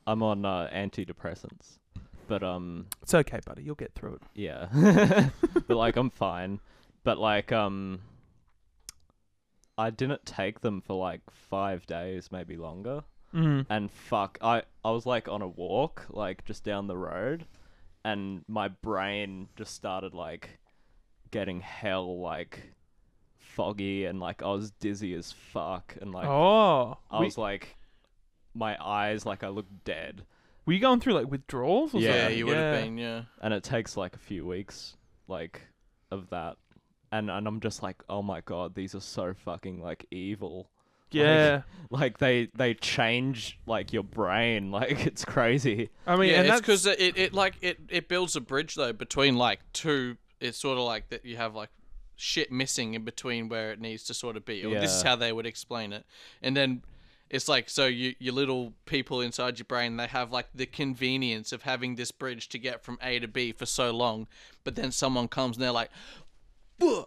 [SPEAKER 4] I'm on uh, antidepressants, but um,
[SPEAKER 2] It's okay, buddy. You'll get through it.
[SPEAKER 4] yeah, but like I'm fine, but like um, I didn't take them for like five days, maybe longer,
[SPEAKER 2] Mm.
[SPEAKER 4] and fuck, I I was like on a walk, like just down the road, and my brain just started like getting hell like foggy and like I was dizzy as fuck and like
[SPEAKER 2] oh,
[SPEAKER 4] I
[SPEAKER 2] we-
[SPEAKER 4] was like, my eyes, like I look dead,
[SPEAKER 2] were you going through like withdrawals? Or
[SPEAKER 4] Yeah,
[SPEAKER 5] Yeah,
[SPEAKER 2] something?
[SPEAKER 5] you would have been. Yeah.
[SPEAKER 4] and it takes like a few weeks, like, of that, and and I'm just like, oh my god, these are so fucking like evil.
[SPEAKER 2] Yeah,
[SPEAKER 4] Like they they change like your brain, like it's crazy.
[SPEAKER 2] I mean,
[SPEAKER 5] yeah,
[SPEAKER 2] and
[SPEAKER 5] it's
[SPEAKER 2] that's
[SPEAKER 5] because it, it like it, it builds a bridge though between like two. It's sort of like that you have like shit missing in between where it needs to sort of be. Or This is
[SPEAKER 4] Yeah.
[SPEAKER 5] how they would explain it, and then it's like so you your little people inside your brain they have like the convenience of having this bridge to get from A to B for so long, but then someone comes and they're like, "Fu-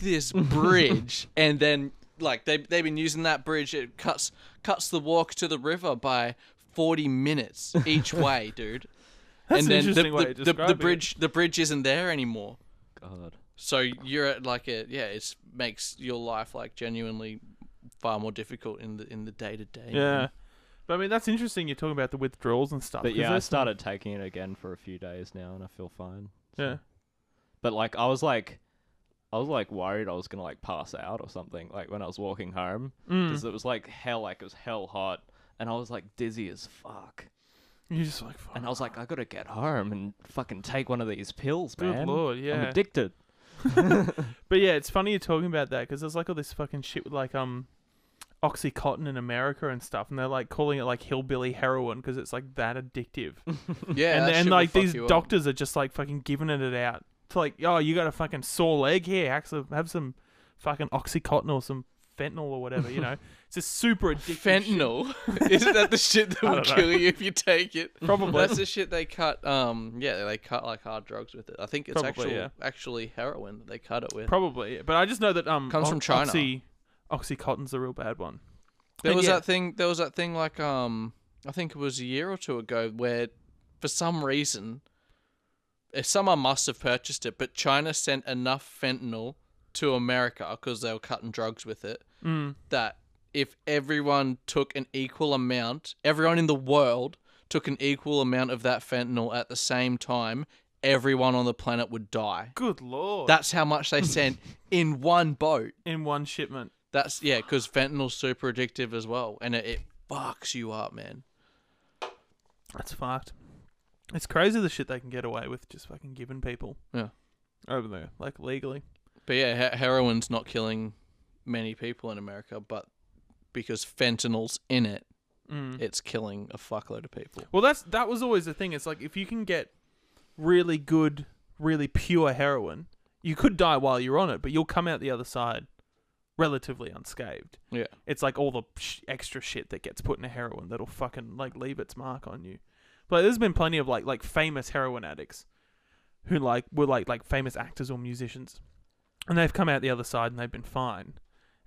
[SPEAKER 5] this bridge," and then. Like they they've been using that bridge. It cuts cuts the walk to the river by forty minutes each way, dude
[SPEAKER 2] That's
[SPEAKER 5] and
[SPEAKER 2] an
[SPEAKER 5] then
[SPEAKER 2] interesting
[SPEAKER 5] the,
[SPEAKER 2] way
[SPEAKER 5] the,
[SPEAKER 2] of
[SPEAKER 5] the, the
[SPEAKER 2] describing it.
[SPEAKER 5] bridge the bridge isn't there anymore.
[SPEAKER 4] God.
[SPEAKER 5] So you're at like a yeah, it makes your life like genuinely far more difficult in the in the day to day.
[SPEAKER 2] Yeah. But I mean, that's interesting. You're talking about the withdrawals and stuff.
[SPEAKER 4] But
[SPEAKER 2] 'cause
[SPEAKER 4] yeah, I
[SPEAKER 2] that's-
[SPEAKER 4] started taking it again for a few days now, and I feel fine. so-
[SPEAKER 2] Yeah.
[SPEAKER 4] But like, I was like, I was like worried I was gonna like pass out or something. Like when I was walking home,
[SPEAKER 2] Hmm. Mm.
[SPEAKER 4] because it was like hell, like it was hell hot, and I was like dizzy as fuck.
[SPEAKER 2] You're just like, fuck.
[SPEAKER 4] And I was like, I gotta get home and fucking take one of these pills,
[SPEAKER 2] Good
[SPEAKER 4] man.
[SPEAKER 2] lord,
[SPEAKER 4] I'm
[SPEAKER 2] yeah.
[SPEAKER 4] addicted.
[SPEAKER 2] But yeah, it's funny you're talking about that because there's like all this fucking shit with like um, oxycontin in America and stuff, and they're like calling it like hillbilly heroin because it's like that addictive.
[SPEAKER 5] yeah.
[SPEAKER 2] and
[SPEAKER 5] that
[SPEAKER 2] then
[SPEAKER 5] shit will
[SPEAKER 2] like
[SPEAKER 5] fuck
[SPEAKER 2] these
[SPEAKER 5] you up.
[SPEAKER 2] doctors are just like fucking giving it out. It's like, oh, you got a fucking sore leg here. Have some, have some fucking oxycontin or some fentanyl or whatever. You know, it's just super addictive. shit.
[SPEAKER 5] Fentanyl. Isn't that the shit that will
[SPEAKER 2] don't know.
[SPEAKER 5] kill you if you take it?
[SPEAKER 2] Probably.
[SPEAKER 5] That's the shit they cut. Um, yeah, they cut like hard drugs with it. I think it's
[SPEAKER 2] Probably,
[SPEAKER 5] actual,
[SPEAKER 2] yeah.
[SPEAKER 5] actually heroin that they cut it with.
[SPEAKER 2] Probably, but I just know that um,
[SPEAKER 5] Comes
[SPEAKER 2] o-
[SPEAKER 5] from China.
[SPEAKER 2] Oxy, oxycontin's a real bad one.
[SPEAKER 5] There
[SPEAKER 2] And
[SPEAKER 5] was
[SPEAKER 2] yeah.
[SPEAKER 5] that thing. There was that thing like um, I think it was a year or two ago where, for some reason, eh, someone must have purchased it, but China sent enough fentanyl to America because they were cutting drugs with it
[SPEAKER 2] Mm.
[SPEAKER 5] that if everyone took an equal amount, everyone in the world took an equal amount of that fentanyl at the same time, everyone on the planet would die.
[SPEAKER 2] Good lord!
[SPEAKER 5] That's how much they sent in one boat.
[SPEAKER 2] in one shipment.
[SPEAKER 5] That's yeah, because fentanyl's super addictive as well, and it, it fucks you up, man.
[SPEAKER 2] That's fucked. It's crazy the shit they can get away with just fucking giving people.
[SPEAKER 5] Yeah.
[SPEAKER 2] Over there, like legally.
[SPEAKER 5] But yeah, he- heroin's not killing many people in America, but because fentanyl's in it,
[SPEAKER 2] Mm.
[SPEAKER 5] it's killing a fuckload of people.
[SPEAKER 2] Well, that's that was always the thing. It's like if you can get really good, really pure heroin, you could die while you're on it, but you'll come out the other side relatively unscathed.
[SPEAKER 5] Yeah,
[SPEAKER 2] It's like all the sh- extra shit that gets put into heroin that'll fucking like leave its mark on you. But there's been plenty of like like famous heroin addicts who like were like like famous actors or musicians, and they've come out the other side and they've been fine.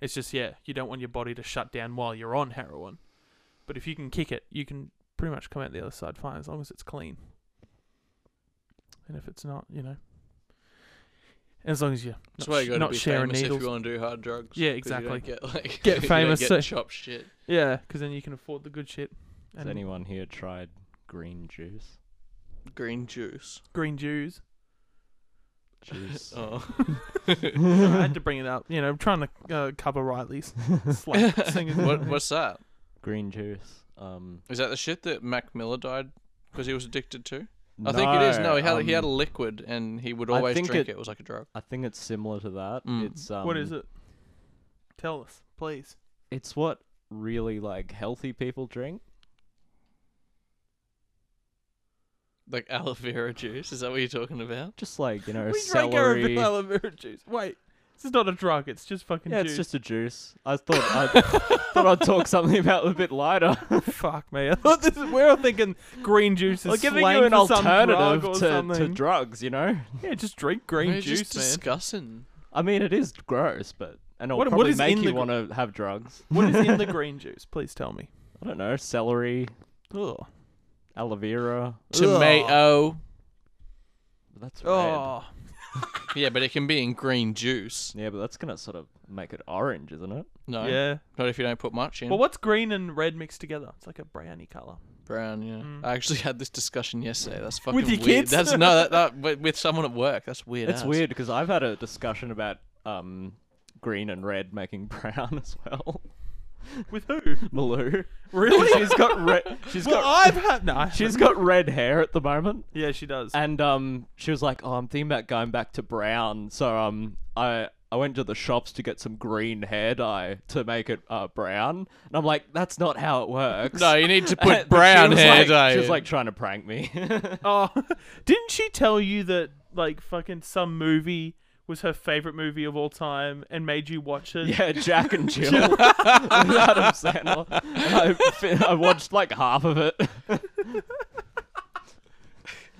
[SPEAKER 2] It's just yeah, you don't want your body to shut down while you're on heroin. But if you can kick it, you can pretty much come out the other side fine as long as it's clean. And if it's not, you know, as long as you're
[SPEAKER 5] that's
[SPEAKER 2] not,
[SPEAKER 5] why
[SPEAKER 2] sh-
[SPEAKER 5] you got to
[SPEAKER 2] not
[SPEAKER 5] be
[SPEAKER 2] sharing
[SPEAKER 5] famous
[SPEAKER 2] needles.
[SPEAKER 5] if you want to do hard drugs.
[SPEAKER 2] Yeah,
[SPEAKER 5] 'cause you don't
[SPEAKER 2] exactly.
[SPEAKER 5] Get like
[SPEAKER 2] Get
[SPEAKER 5] you don't
[SPEAKER 2] famous,
[SPEAKER 5] get
[SPEAKER 2] so-
[SPEAKER 5] chop shit.
[SPEAKER 2] Yeah, because then you can afford the good shit.
[SPEAKER 4] Has
[SPEAKER 2] And
[SPEAKER 4] anyone here tried green juice?
[SPEAKER 5] Green juice.
[SPEAKER 2] green Jews.
[SPEAKER 4] Juice.
[SPEAKER 5] Oh,
[SPEAKER 2] I had to bring it up. You know, I'm trying to uh, cover Riley's slack singing.
[SPEAKER 5] what what's that?
[SPEAKER 4] green juice. Um.
[SPEAKER 5] Is that the shit that Mac Miller died because he was addicted to? I think it is. No, he had he had a
[SPEAKER 4] um,
[SPEAKER 5] liquid and he would
[SPEAKER 4] I
[SPEAKER 5] always
[SPEAKER 4] think
[SPEAKER 5] drink it.
[SPEAKER 4] it-
[SPEAKER 5] It was like a drug.
[SPEAKER 4] I think it's similar to that.
[SPEAKER 5] Mm.
[SPEAKER 4] It's um,
[SPEAKER 2] What is it? Tell us, please.
[SPEAKER 4] It's what really like healthy people drink.
[SPEAKER 5] Like aloe vera juice. Is that what you're talking about?
[SPEAKER 4] Just like you know
[SPEAKER 2] we drank our
[SPEAKER 4] celery.
[SPEAKER 2] aloe vera juice. Wait, this is not a drug. It's just fucking
[SPEAKER 4] yeah, it's
[SPEAKER 2] juice.
[SPEAKER 4] just a juice. I thought I thought I'd talk something about a bit lighter.
[SPEAKER 2] Fuck me. I thought this is, we were thinking green juice is
[SPEAKER 4] I'm giving
[SPEAKER 2] slang
[SPEAKER 4] you an
[SPEAKER 2] for some drug
[SPEAKER 4] alternative
[SPEAKER 2] or
[SPEAKER 4] to, to
[SPEAKER 2] something.
[SPEAKER 4] drugs. You know.
[SPEAKER 2] yeah, just drink green
[SPEAKER 5] We're
[SPEAKER 2] juice,
[SPEAKER 5] just
[SPEAKER 2] man.
[SPEAKER 5] discussing.
[SPEAKER 4] I mean, it is gross, but and it'll
[SPEAKER 2] What- what
[SPEAKER 4] probably
[SPEAKER 2] is
[SPEAKER 4] make
[SPEAKER 2] in the
[SPEAKER 4] you
[SPEAKER 2] gr-
[SPEAKER 4] want to have drugs.
[SPEAKER 2] what is in the green juice? Please tell me.
[SPEAKER 4] I don't know. Celery,
[SPEAKER 2] Ugh.
[SPEAKER 4] aloe vera.
[SPEAKER 5] Tomato.
[SPEAKER 4] That's red.
[SPEAKER 2] Oh,
[SPEAKER 5] Yeah, but it can be in green juice.
[SPEAKER 4] Yeah, but that's gonna sort of make it orange, isn't it?
[SPEAKER 5] No.
[SPEAKER 2] yeah.
[SPEAKER 5] Not if you don't put much in.
[SPEAKER 2] Well, what's green and red mixed together? It's like a brownie color.
[SPEAKER 5] Brown, yeah.
[SPEAKER 4] Hmm.
[SPEAKER 2] Mm.
[SPEAKER 5] I actually had this discussion yesterday. That's fucking
[SPEAKER 2] With your
[SPEAKER 5] weird.
[SPEAKER 2] kids?
[SPEAKER 5] That's no that, that with- with someone at work. That's weird.
[SPEAKER 4] It's
[SPEAKER 5] as.
[SPEAKER 4] weird because I've had a discussion about um, green and red making brown as well.
[SPEAKER 2] With who?
[SPEAKER 4] Malou,
[SPEAKER 2] Really?
[SPEAKER 4] she's got red. She's
[SPEAKER 2] well,
[SPEAKER 4] got
[SPEAKER 2] I've had no. I
[SPEAKER 4] she's
[SPEAKER 2] haven't.
[SPEAKER 4] got red hair at the moment,
[SPEAKER 2] yeah, she does.
[SPEAKER 4] and um, she was like, "Oh, I'm thinking about going back to brown." So um, I I went to the shops to get some green hair dye to make it uh, brown, and I'm like, "That's not how it works."
[SPEAKER 5] No, you need to
[SPEAKER 4] But
[SPEAKER 5] put
[SPEAKER 4] she
[SPEAKER 5] brown
[SPEAKER 4] was
[SPEAKER 5] hair
[SPEAKER 4] like-
[SPEAKER 5] dye.
[SPEAKER 4] She was
[SPEAKER 5] in.
[SPEAKER 4] like trying to prank me.
[SPEAKER 2] Oh, didn't she tell you that like fucking some movie was her favorite movie of all time and made you watch it?
[SPEAKER 4] Yeah, Jack and Jill with Adam Sandler. And I, fi- I watched like half of it,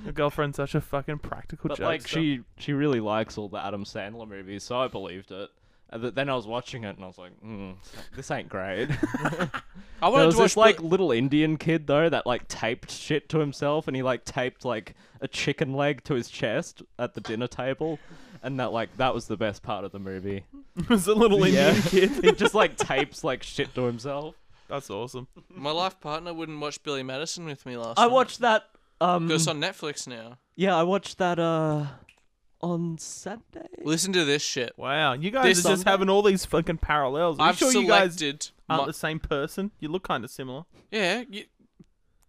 [SPEAKER 2] Your girlfriend's such a fucking practical
[SPEAKER 4] but
[SPEAKER 2] joke.
[SPEAKER 4] like she she really likes all the Adam Sandler movies, so I believed it. Uh, But then I was watching it and I was like, mm, this ain't great.
[SPEAKER 5] I
[SPEAKER 4] There
[SPEAKER 5] wanted
[SPEAKER 4] was
[SPEAKER 5] to watch
[SPEAKER 4] this like
[SPEAKER 5] like
[SPEAKER 4] little Indian kid though that like taped shit to himself, and he like taped like a chicken leg to his chest at the dinner table, and that like that was the best part of the movie.
[SPEAKER 2] It was a little Indian kid.
[SPEAKER 4] he just like tapes like shit to himself.
[SPEAKER 2] That's awesome.
[SPEAKER 5] my life partner wouldn't watch Billy Madison with me last.
[SPEAKER 4] I
[SPEAKER 5] night.
[SPEAKER 4] watched that. Um,
[SPEAKER 5] It's on Netflix now.
[SPEAKER 4] yeah, I watched that uh on Saturday.
[SPEAKER 5] Listen to this shit.
[SPEAKER 2] Wow, you guys
[SPEAKER 5] This
[SPEAKER 2] are just
[SPEAKER 5] Sunday-
[SPEAKER 2] having all these fucking parallels. Are you
[SPEAKER 5] I've
[SPEAKER 2] sure you guys
[SPEAKER 5] selected.
[SPEAKER 2] aren't
[SPEAKER 5] my-
[SPEAKER 2] the same person? You look kind of similar.
[SPEAKER 5] yeah, you-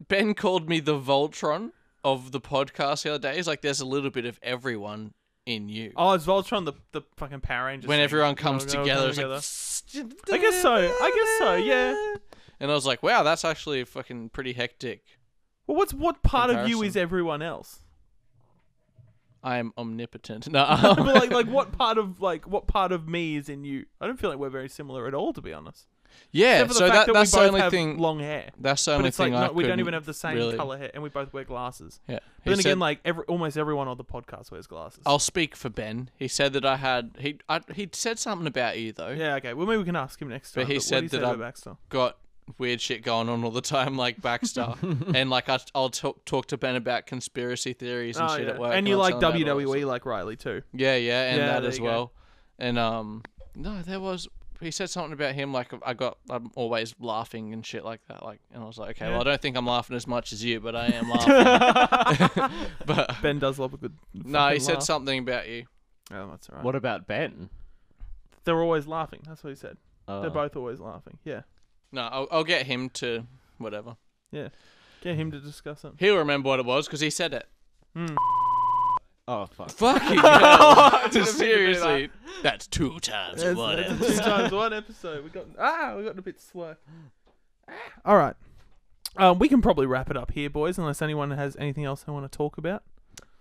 [SPEAKER 5] Ben called me the Voltron of the podcast the other day. He's like, "There's a little bit of everyone in you."
[SPEAKER 2] Oh, is Voltron the, the fucking Power Rangers?
[SPEAKER 5] when
[SPEAKER 2] thing?
[SPEAKER 5] everyone
[SPEAKER 2] Go-
[SPEAKER 5] comes
[SPEAKER 2] go- go
[SPEAKER 5] together, it's
[SPEAKER 2] together.
[SPEAKER 5] like.
[SPEAKER 2] I guess so. I guess so. Yeah.
[SPEAKER 5] And I was like, "Wow, that's actually fucking pretty hectic."
[SPEAKER 2] Well, what's what part of you is
[SPEAKER 5] Comparison.
[SPEAKER 2] everyone else?
[SPEAKER 5] I am omnipotent. No,
[SPEAKER 2] but like, like what part of like what part of me is in you? I don't feel like we're very similar at all, to be honest.
[SPEAKER 5] yeah.
[SPEAKER 2] Except for the
[SPEAKER 5] So
[SPEAKER 2] fact
[SPEAKER 5] that,
[SPEAKER 2] that
[SPEAKER 5] that's
[SPEAKER 2] we
[SPEAKER 5] the
[SPEAKER 2] both
[SPEAKER 5] only
[SPEAKER 2] have
[SPEAKER 5] thing.
[SPEAKER 2] long hair.
[SPEAKER 5] that's the
[SPEAKER 2] But
[SPEAKER 5] only
[SPEAKER 2] it's like
[SPEAKER 5] thing I
[SPEAKER 2] not, we don't even
[SPEAKER 5] couldn't
[SPEAKER 2] have the same
[SPEAKER 5] really-
[SPEAKER 2] color hair, and we both wear glasses.
[SPEAKER 5] Yeah.
[SPEAKER 2] But
[SPEAKER 5] He
[SPEAKER 2] then
[SPEAKER 5] said-
[SPEAKER 2] again, like every almost everyone on the podcast wears glasses.
[SPEAKER 5] I'll speak for Ben. He said that I had he I, he said something about you though.
[SPEAKER 2] yeah, okay. Well, maybe we can ask him next
[SPEAKER 5] But
[SPEAKER 2] time.
[SPEAKER 5] he
[SPEAKER 2] what
[SPEAKER 5] said
[SPEAKER 2] do you say
[SPEAKER 5] that
[SPEAKER 2] about
[SPEAKER 5] I'm-
[SPEAKER 2] Baxter?
[SPEAKER 5] Got weird shit going on all the time, like Baxter, and like I, I'll talk talk to Ben about conspiracy theories and
[SPEAKER 2] Oh,
[SPEAKER 5] shit at
[SPEAKER 2] yeah.
[SPEAKER 5] work.
[SPEAKER 2] and you
[SPEAKER 5] I'll
[SPEAKER 2] like E
[SPEAKER 5] tell him about all that
[SPEAKER 2] WWE
[SPEAKER 5] stuff.
[SPEAKER 2] like Riley too.
[SPEAKER 5] Yeah, yeah, and
[SPEAKER 2] Yeah,
[SPEAKER 5] that
[SPEAKER 2] there
[SPEAKER 5] as
[SPEAKER 2] you go.
[SPEAKER 5] well. And um, no, there was. He said something about him like I got. I'm always laughing and shit like that. Like, and I was like, okay, well, I don't think I'm laughing as much as you, but I am laughing. but
[SPEAKER 2] Ben does love a good.
[SPEAKER 5] no, he
[SPEAKER 2] fucking
[SPEAKER 5] said
[SPEAKER 2] laugh.
[SPEAKER 5] something about you.
[SPEAKER 2] Oh, that's alright.
[SPEAKER 4] What about Ben?
[SPEAKER 2] They're always laughing. That's what he said.
[SPEAKER 4] Uh,
[SPEAKER 2] They're both always laughing. Yeah,
[SPEAKER 5] No, I'll, I'll get him to whatever.
[SPEAKER 2] get him to discuss it.
[SPEAKER 5] He'll remember what it was because he said it.
[SPEAKER 4] oh fuck.
[SPEAKER 5] Fucking hell. Seriously. That's two times what
[SPEAKER 2] That's a two times one episode. We got ah, we got a bit slow. Ah, All right, um, we can probably wrap it up here, boys, unless anyone has anything else they want to talk about.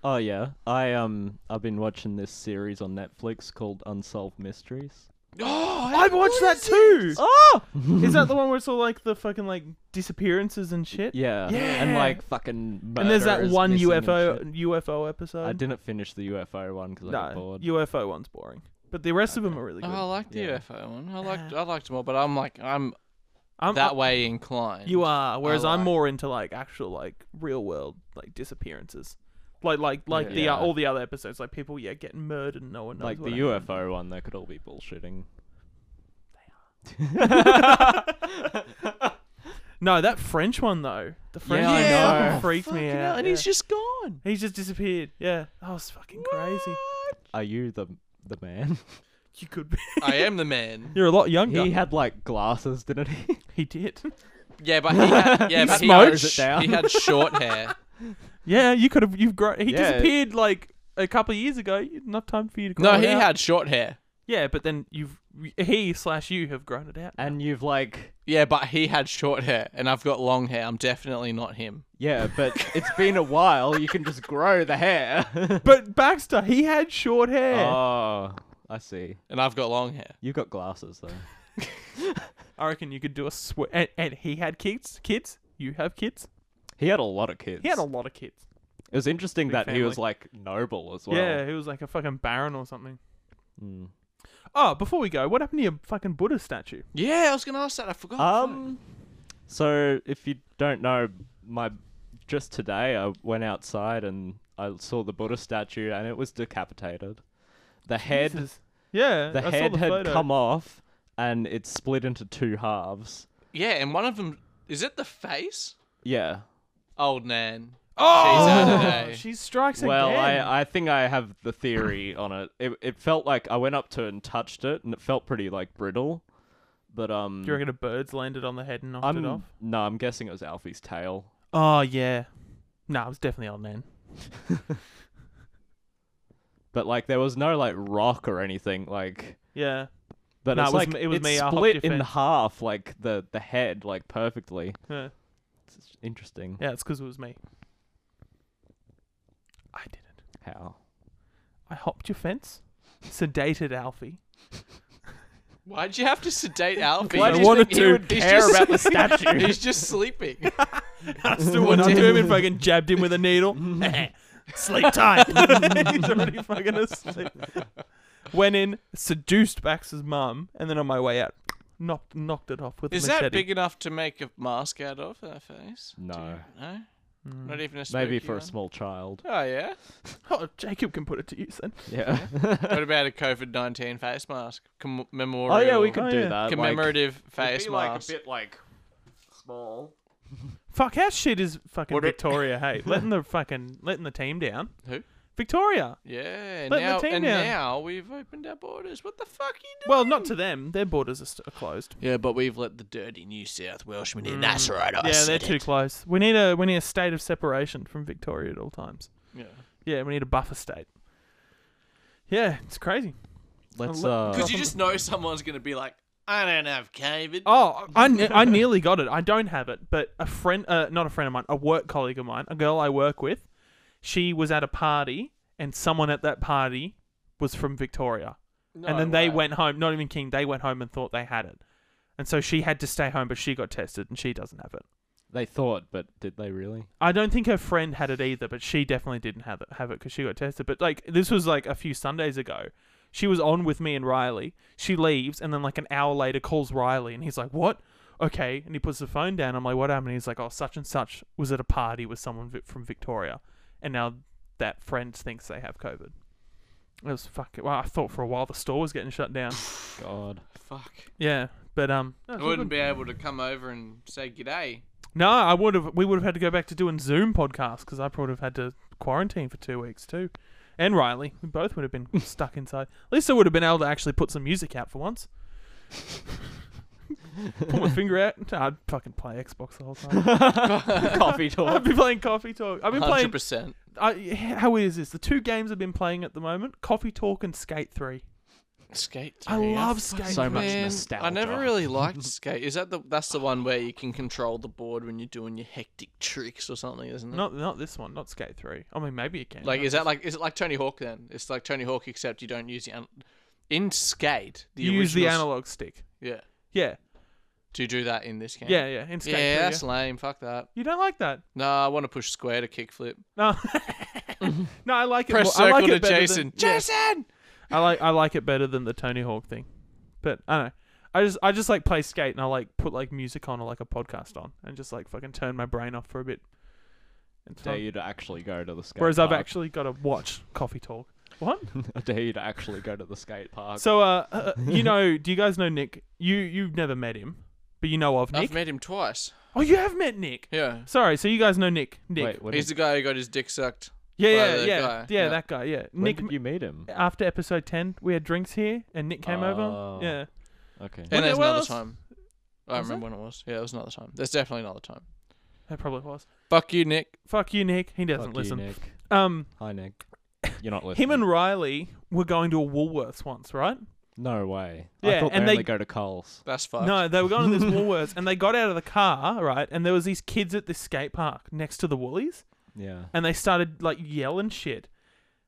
[SPEAKER 4] Oh yeah, I um I've been watching this series on Netflix called Unsolved Mysteries.
[SPEAKER 5] Oh,
[SPEAKER 2] I've watched that too. Ah!
[SPEAKER 4] Oh
[SPEAKER 2] Is that the one where it's all like the fucking like disappearances and shit?
[SPEAKER 4] yeah,
[SPEAKER 2] Yeah.
[SPEAKER 4] and like fucking.
[SPEAKER 2] and there's that
[SPEAKER 4] murderers
[SPEAKER 2] one
[SPEAKER 4] missing and
[SPEAKER 2] UFO
[SPEAKER 4] shit.
[SPEAKER 2] UFO episode.
[SPEAKER 4] I didn't finish the UFO one because I got
[SPEAKER 2] no,
[SPEAKER 4] bored.
[SPEAKER 2] UFO one's boring, but the rest of them are really good.
[SPEAKER 5] Oh, I like the
[SPEAKER 4] Yeah.
[SPEAKER 5] UFO one. I liked I liked more, but I'm like I'm
[SPEAKER 2] I'm,
[SPEAKER 5] that way inclined.
[SPEAKER 2] You are, whereas I'm
[SPEAKER 5] like-
[SPEAKER 2] more into like actual like real world like disappearances, like like like the uh,
[SPEAKER 4] Yeah.
[SPEAKER 2] all the other episodes, like people yeah getting murdered and no one knows.
[SPEAKER 4] like
[SPEAKER 2] what
[SPEAKER 4] the
[SPEAKER 2] happened.
[SPEAKER 4] UFO one, they could all be bullshitting.
[SPEAKER 2] No, that French one though, the French
[SPEAKER 4] Yeah,
[SPEAKER 2] one
[SPEAKER 4] I
[SPEAKER 2] fucking
[SPEAKER 4] know. Oh,
[SPEAKER 2] freaked me out.
[SPEAKER 5] and
[SPEAKER 2] yeah.
[SPEAKER 5] he's just gone.
[SPEAKER 2] he's just disappeared. Yeah, that was fucking crazy.
[SPEAKER 4] Are you the the man?
[SPEAKER 2] You could be.
[SPEAKER 5] I am the man.
[SPEAKER 2] You're a lot younger.
[SPEAKER 4] He
[SPEAKER 2] He,
[SPEAKER 4] had like glasses, didn't he?
[SPEAKER 2] did.
[SPEAKER 5] Yeah, but he had, yeah,
[SPEAKER 2] He
[SPEAKER 5] but
[SPEAKER 2] smokes?
[SPEAKER 5] He, had, he had short hair.
[SPEAKER 2] Yeah, you could have. You've grown. He
[SPEAKER 4] Yeah.
[SPEAKER 2] disappeared like a couple of years ago. Enough time for you to. Grow
[SPEAKER 5] No,
[SPEAKER 2] it
[SPEAKER 5] he
[SPEAKER 2] out.
[SPEAKER 5] had short hair.
[SPEAKER 2] Yeah, but then you've he slash you have grown it out.
[SPEAKER 4] And you've like
[SPEAKER 5] Yeah, but he had short hair, and I've got long hair. I'm definitely not him.
[SPEAKER 4] yeah, but it's been a while. You can just grow the hair.
[SPEAKER 2] But Baxter, he had short hair.
[SPEAKER 4] oh, I see.
[SPEAKER 5] And I've got long hair.
[SPEAKER 4] You've got glasses though.
[SPEAKER 2] I reckon you could do a swear. And, and he had kids. Kids. You have kids.
[SPEAKER 4] He had a lot of kids.
[SPEAKER 2] He had a lot of kids.
[SPEAKER 4] It was interesting
[SPEAKER 2] Big
[SPEAKER 4] that he was
[SPEAKER 2] family.
[SPEAKER 4] like noble as well.
[SPEAKER 2] Yeah, he was like a fucking baron or something.
[SPEAKER 4] Mm.
[SPEAKER 2] Oh, before we go, what happened to your fucking Buddha statue?
[SPEAKER 5] Yeah, I was gonna ask that. I forgot.
[SPEAKER 4] Um. So if you don't know, my just today I went outside and I saw the Buddha statue and it was decapitated. The head,
[SPEAKER 2] Jesus. Yeah,
[SPEAKER 4] the
[SPEAKER 2] I
[SPEAKER 4] head
[SPEAKER 2] saw the
[SPEAKER 4] had
[SPEAKER 2] photo.
[SPEAKER 4] come off and it split into two halves.
[SPEAKER 5] yeah, and one of them is it the face?
[SPEAKER 4] Yeah.
[SPEAKER 5] Old Nan.
[SPEAKER 2] Oh,
[SPEAKER 5] She's out today.
[SPEAKER 2] she strikes
[SPEAKER 4] Well,
[SPEAKER 2] again.
[SPEAKER 4] I, um, I think I have the theory on it. it. It felt like I went up to it and touched it, and it felt pretty like brittle. But um,
[SPEAKER 2] Do you reckon a bird's landed on the head and knocked
[SPEAKER 4] I'm
[SPEAKER 2] it off?
[SPEAKER 4] no, I'm guessing it was Alfie's tail.
[SPEAKER 2] Oh yeah. No, it was definitely old man.
[SPEAKER 4] But like there was no like rock or anything like.
[SPEAKER 2] Yeah.
[SPEAKER 4] But
[SPEAKER 2] No,
[SPEAKER 4] it's
[SPEAKER 2] it was
[SPEAKER 4] like
[SPEAKER 2] m- it was
[SPEAKER 4] it's
[SPEAKER 2] me, I hopped
[SPEAKER 4] split
[SPEAKER 2] your
[SPEAKER 4] in
[SPEAKER 2] fence.
[SPEAKER 4] half, like the the head, like perfectly.
[SPEAKER 2] Yeah.
[SPEAKER 4] It's just interesting
[SPEAKER 2] Yeah, it's because it was me. I did it.
[SPEAKER 4] how.
[SPEAKER 2] I hopped your fence, sedated Alfie.
[SPEAKER 5] Why'd you have to sedate Alfie?
[SPEAKER 4] Why do
[SPEAKER 5] He's-
[SPEAKER 4] you
[SPEAKER 2] wanted
[SPEAKER 4] think he
[SPEAKER 2] to
[SPEAKER 4] would
[SPEAKER 5] he's
[SPEAKER 4] care
[SPEAKER 5] just-
[SPEAKER 4] about the statue?
[SPEAKER 5] He's just sleeping.
[SPEAKER 2] I still went up to him and fucking jabbed him with a needle. Sleep time. He's already fucking asleep. Went in, seduced Bax's mum, and then on my way out, knocked knocked it off with
[SPEAKER 5] Is
[SPEAKER 2] a
[SPEAKER 5] that
[SPEAKER 2] machete.
[SPEAKER 5] big enough to make a mask out of her face? Do
[SPEAKER 4] No.
[SPEAKER 5] you- No? Not even a spooky
[SPEAKER 4] Maybe for a
[SPEAKER 5] one?
[SPEAKER 4] small child.
[SPEAKER 5] Oh, yeah?
[SPEAKER 2] Oh, Jacob can put it to use then.
[SPEAKER 4] Yeah.
[SPEAKER 5] what about a COVID 19 face mask? Com- memorial.
[SPEAKER 4] oh yeah, we could
[SPEAKER 2] Oh,
[SPEAKER 4] do
[SPEAKER 2] yeah.
[SPEAKER 4] that.
[SPEAKER 5] Commemorative
[SPEAKER 4] like,
[SPEAKER 5] face mask.
[SPEAKER 4] bit like small.
[SPEAKER 2] Fuck, how shit is fucking
[SPEAKER 4] Would it-
[SPEAKER 2] Victoria? hey, letting the fucking letting the team down.
[SPEAKER 5] Who?
[SPEAKER 2] Victoria.
[SPEAKER 5] Yeah,
[SPEAKER 2] Let the
[SPEAKER 5] now,
[SPEAKER 2] team
[SPEAKER 5] and
[SPEAKER 2] down.
[SPEAKER 5] now we've opened our borders. What the fuck are you doing?
[SPEAKER 2] Well, not to them. Their borders are, st- are closed.
[SPEAKER 5] Yeah, but we've let the dirty New South Welshman in. That's right, I
[SPEAKER 2] yeah, they're
[SPEAKER 5] said
[SPEAKER 2] too
[SPEAKER 5] it.
[SPEAKER 2] close. We need a we need a state of separation from Victoria at all times.
[SPEAKER 5] Yeah.
[SPEAKER 2] Yeah, we need a buffer state. Yeah, it's crazy.
[SPEAKER 4] Let's
[SPEAKER 2] let-
[SPEAKER 4] uh.
[SPEAKER 5] Because you just know someone's going to be like, I don't have COVID.
[SPEAKER 2] Oh, I, ne- I nearly got it. I don't have it, but a friend, uh, not a friend of mine, a work colleague of mine, a girl I work with, she was at a party, and someone at that party was from Victoria, and then they went home. Not even King. They went home and thought they had it, and so she had to stay home, but she got tested, and she doesn't have it.
[SPEAKER 4] They thought, but did they really?
[SPEAKER 2] I don't think her friend had it either, but she definitely didn't have it have it because she got tested. But like this was like a few Sundays ago. She was on with me and Riley. She leaves and then like an hour later calls Riley and he's like, "What? Okay." And he puts the phone down. I'm like, "What happened?" And he's like, "Oh, such and such was at a party with someone vi- from Victoria, and now that friend thinks they have COVID." It was fucking. Well, I thought for a while the store was getting shut down.
[SPEAKER 4] God.
[SPEAKER 5] Fuck.
[SPEAKER 2] yeah, but um, no,
[SPEAKER 5] I
[SPEAKER 2] it's all
[SPEAKER 5] wouldn't
[SPEAKER 2] good.
[SPEAKER 5] be able to come over and say g'day.
[SPEAKER 2] no, I would have. We would have had to go back to doing Zoom podcasts because I probably would have had to quarantine for two weeks too. And Riley, we both would have been stuck inside. At least I would have been able to actually put some music out for once. Pull my finger out. Nah, I'd fucking play Xbox the whole time.
[SPEAKER 4] Coffee
[SPEAKER 2] I'd
[SPEAKER 4] talk.
[SPEAKER 2] be playing Coffee Talk. I've been playing.
[SPEAKER 5] 100%.
[SPEAKER 2] I, how weird is this? The two games I've been playing at the moment: Coffee Talk and Skate Three.
[SPEAKER 5] Skate.
[SPEAKER 2] I
[SPEAKER 5] three,
[SPEAKER 2] love
[SPEAKER 5] fucking-
[SPEAKER 2] Skate
[SPEAKER 4] So much
[SPEAKER 5] Man,
[SPEAKER 4] nostalgia.
[SPEAKER 5] I never really liked Skate. Is that the? That's the one where you can control the board when you're doing your hectic tricks or something, isn't it?
[SPEAKER 2] Not not this one. Not Skate Three. I mean, maybe it can.
[SPEAKER 5] Like, is that like? Is it like Tony Hawk? Then it's like Tony Hawk, except you don't use the. An- in Skate, the
[SPEAKER 2] you use the
[SPEAKER 5] original s-
[SPEAKER 2] analog stick?
[SPEAKER 5] Yeah.
[SPEAKER 2] Yeah,
[SPEAKER 5] Do you do that in this game?
[SPEAKER 2] yeah, yeah. In Skate
[SPEAKER 5] Yeah,
[SPEAKER 2] Three.
[SPEAKER 5] that's
[SPEAKER 2] yeah.
[SPEAKER 5] lame. Fuck that.
[SPEAKER 2] You don't like that?
[SPEAKER 5] No, I want to push square to kickflip.
[SPEAKER 2] No, no, I like it.
[SPEAKER 5] Press
[SPEAKER 2] more, I
[SPEAKER 5] circle
[SPEAKER 2] like
[SPEAKER 5] to
[SPEAKER 2] it better
[SPEAKER 5] Jason.
[SPEAKER 2] Than, yeah,
[SPEAKER 5] Jason.
[SPEAKER 2] I like I like it better than the Tony Hawk thing, but I don't know. I just I just like play skate and I like put like music on or like a podcast on and just like fucking turn my brain off for a bit. It's
[SPEAKER 4] dare
[SPEAKER 2] fun.
[SPEAKER 4] you to actually go to the skate
[SPEAKER 2] Whereas I've
[SPEAKER 4] park.
[SPEAKER 2] actually got to watch Coffee Talk. What?
[SPEAKER 4] I dare you to actually go to the skate park.
[SPEAKER 2] So uh, uh, you know, do you guys know Nick? You you've never met him, but you know of Nick.
[SPEAKER 5] I've met him twice.
[SPEAKER 2] oh, you have met Nick.
[SPEAKER 5] Yeah.
[SPEAKER 2] Sorry, so you guys know Nick. Nick.
[SPEAKER 4] Wait, when,
[SPEAKER 5] He's the guy who got his dick sucked.
[SPEAKER 2] yeah,
[SPEAKER 5] by
[SPEAKER 2] yeah,
[SPEAKER 5] the
[SPEAKER 2] yeah,
[SPEAKER 5] guy,
[SPEAKER 2] yeah,
[SPEAKER 5] yeah.
[SPEAKER 2] that guy. Yeah,
[SPEAKER 4] when
[SPEAKER 2] Nick.
[SPEAKER 4] did you meet him?
[SPEAKER 2] after episode 10 we had drinks here and nick came
[SPEAKER 4] Oh.
[SPEAKER 2] over yeah
[SPEAKER 4] Okay.
[SPEAKER 2] Wasn't it
[SPEAKER 5] And there's
[SPEAKER 2] one
[SPEAKER 5] another
[SPEAKER 2] else?
[SPEAKER 5] time. I
[SPEAKER 2] Was
[SPEAKER 5] remember when it was. Yeah, it was another time. There's definitely another time.
[SPEAKER 2] that probably was
[SPEAKER 5] Fuck you, Nick.
[SPEAKER 2] fuck you nick he doesn't
[SPEAKER 4] Fuck you,
[SPEAKER 2] listen
[SPEAKER 4] Nick.
[SPEAKER 2] um
[SPEAKER 4] Hi, Nick. You're not listening.
[SPEAKER 2] him and riley were going to a woolworths once right
[SPEAKER 4] No way.
[SPEAKER 2] Yeah,
[SPEAKER 4] I thought
[SPEAKER 2] and
[SPEAKER 4] they
[SPEAKER 2] they-
[SPEAKER 4] only go to Coles.
[SPEAKER 5] That's fucked.
[SPEAKER 2] no they were going to this woolworths and they got out of the car right and there was these kids at this skate park next to the woolies
[SPEAKER 4] Yeah.
[SPEAKER 2] and they started like yelling shit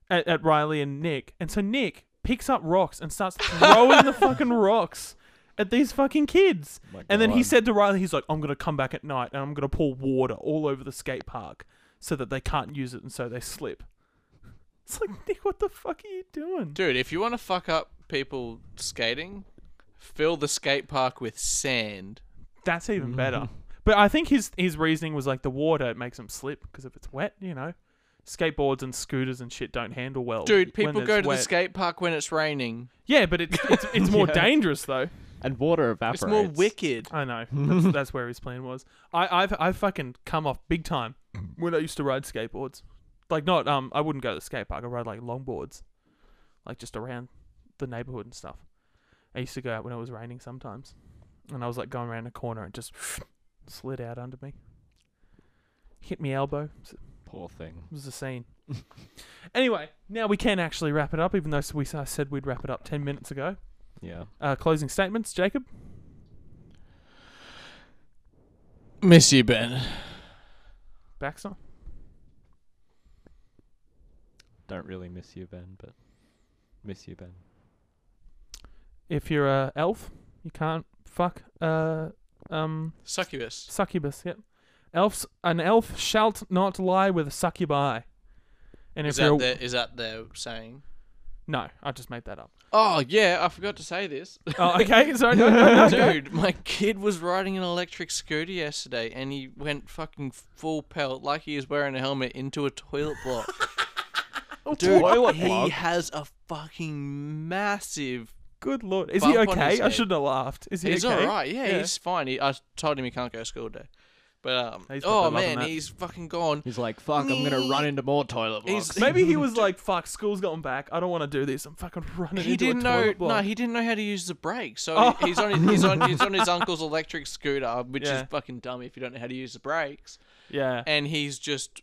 [SPEAKER 2] at, at riley and nick and so nick picks up rocks and starts throwing the fucking rocks at these fucking kids
[SPEAKER 5] Oh
[SPEAKER 4] My
[SPEAKER 2] And then he
[SPEAKER 4] God.
[SPEAKER 2] said to Riley, he's like, I'm going to come back at night and I'm going to pour water all over the skate park so that they can't use it and so they slip. It's like, Nick, what the fuck are you doing?
[SPEAKER 5] Dude, if you want to fuck up people skating, fill the skate park with sand.
[SPEAKER 2] That's even better. But I think his his reasoning was like the water it makes them slip because if it's wet, you know, skateboards and scooters and shit don't handle well.
[SPEAKER 5] Dude,
[SPEAKER 2] when
[SPEAKER 5] people
[SPEAKER 2] it's
[SPEAKER 5] go to
[SPEAKER 2] wet.
[SPEAKER 5] the skate park when it's raining.
[SPEAKER 2] Yeah, but it's it's, it's more
[SPEAKER 4] Yeah.
[SPEAKER 2] dangerous though.
[SPEAKER 4] And water evaporates.
[SPEAKER 5] It's more wicked.
[SPEAKER 2] I know. That's, that's where his plan was. I, I've I've fucking come off big time when I used to ride skateboards. Like not um I wouldn't go to the skate park, I ride like longboards. Like just around the neighborhood and stuff. I used to go out when it was raining sometimes. And I was like going around a corner and just slid out under me. Hit me elbow. It
[SPEAKER 4] Poor thing.
[SPEAKER 2] was a scene. anyway, now we can actually wrap it up, even though we I said we'd wrap it up ten minutes ago.
[SPEAKER 4] Yeah.
[SPEAKER 2] Uh, closing statements, Jacob.
[SPEAKER 5] Miss you, Ben.
[SPEAKER 2] Baxter.
[SPEAKER 4] Don't really miss you, Ben, but miss you, Ben.
[SPEAKER 2] if you're a elf, you can't fuck uh um
[SPEAKER 5] Succubus.
[SPEAKER 2] succubus. Yep, elves. An elf shalt not lie with a succubi. And if
[SPEAKER 5] Is
[SPEAKER 2] you're
[SPEAKER 5] that,
[SPEAKER 2] a-
[SPEAKER 5] their, is that their saying?
[SPEAKER 2] No, I just made that up.
[SPEAKER 5] Oh yeah, I forgot to say this.
[SPEAKER 2] Oh, okay. Sorry. No, no, no.
[SPEAKER 5] Dude, my kid was riding an electric scooter yesterday and he went fucking full pelt like he is wearing a helmet into a toilet block. Dude,
[SPEAKER 4] Toilet
[SPEAKER 5] he
[SPEAKER 4] block?
[SPEAKER 5] has a fucking massive.
[SPEAKER 2] Good lord. Is he
[SPEAKER 5] Bump on his
[SPEAKER 2] okay? I
[SPEAKER 5] head.
[SPEAKER 2] shouldn't have laughed. Is he
[SPEAKER 5] He's
[SPEAKER 2] okay?
[SPEAKER 5] all right. Yeah, he's fine. He, I told him he can't go to school today. But um,
[SPEAKER 2] He's
[SPEAKER 5] oh
[SPEAKER 2] probably loving
[SPEAKER 5] man,
[SPEAKER 2] that.
[SPEAKER 5] he's fucking gone.
[SPEAKER 4] He's like, fuck, I'm gonna run into more toilet
[SPEAKER 5] He's-
[SPEAKER 4] blocks.
[SPEAKER 2] Maybe he was like, "Fuck, school's gone back. I don't want to do this. I'm fucking running
[SPEAKER 5] He
[SPEAKER 2] into
[SPEAKER 5] didn't
[SPEAKER 2] a
[SPEAKER 5] know.
[SPEAKER 2] toilet
[SPEAKER 5] No,
[SPEAKER 2] block."
[SPEAKER 5] he didn't know how to use the brake. So
[SPEAKER 2] Oh.
[SPEAKER 5] he's on his, he's on he's on his uncle's electric scooter, which
[SPEAKER 2] Yeah.
[SPEAKER 5] is fucking dumb if you don't know how to use the brakes.
[SPEAKER 2] yeah.
[SPEAKER 5] and he's just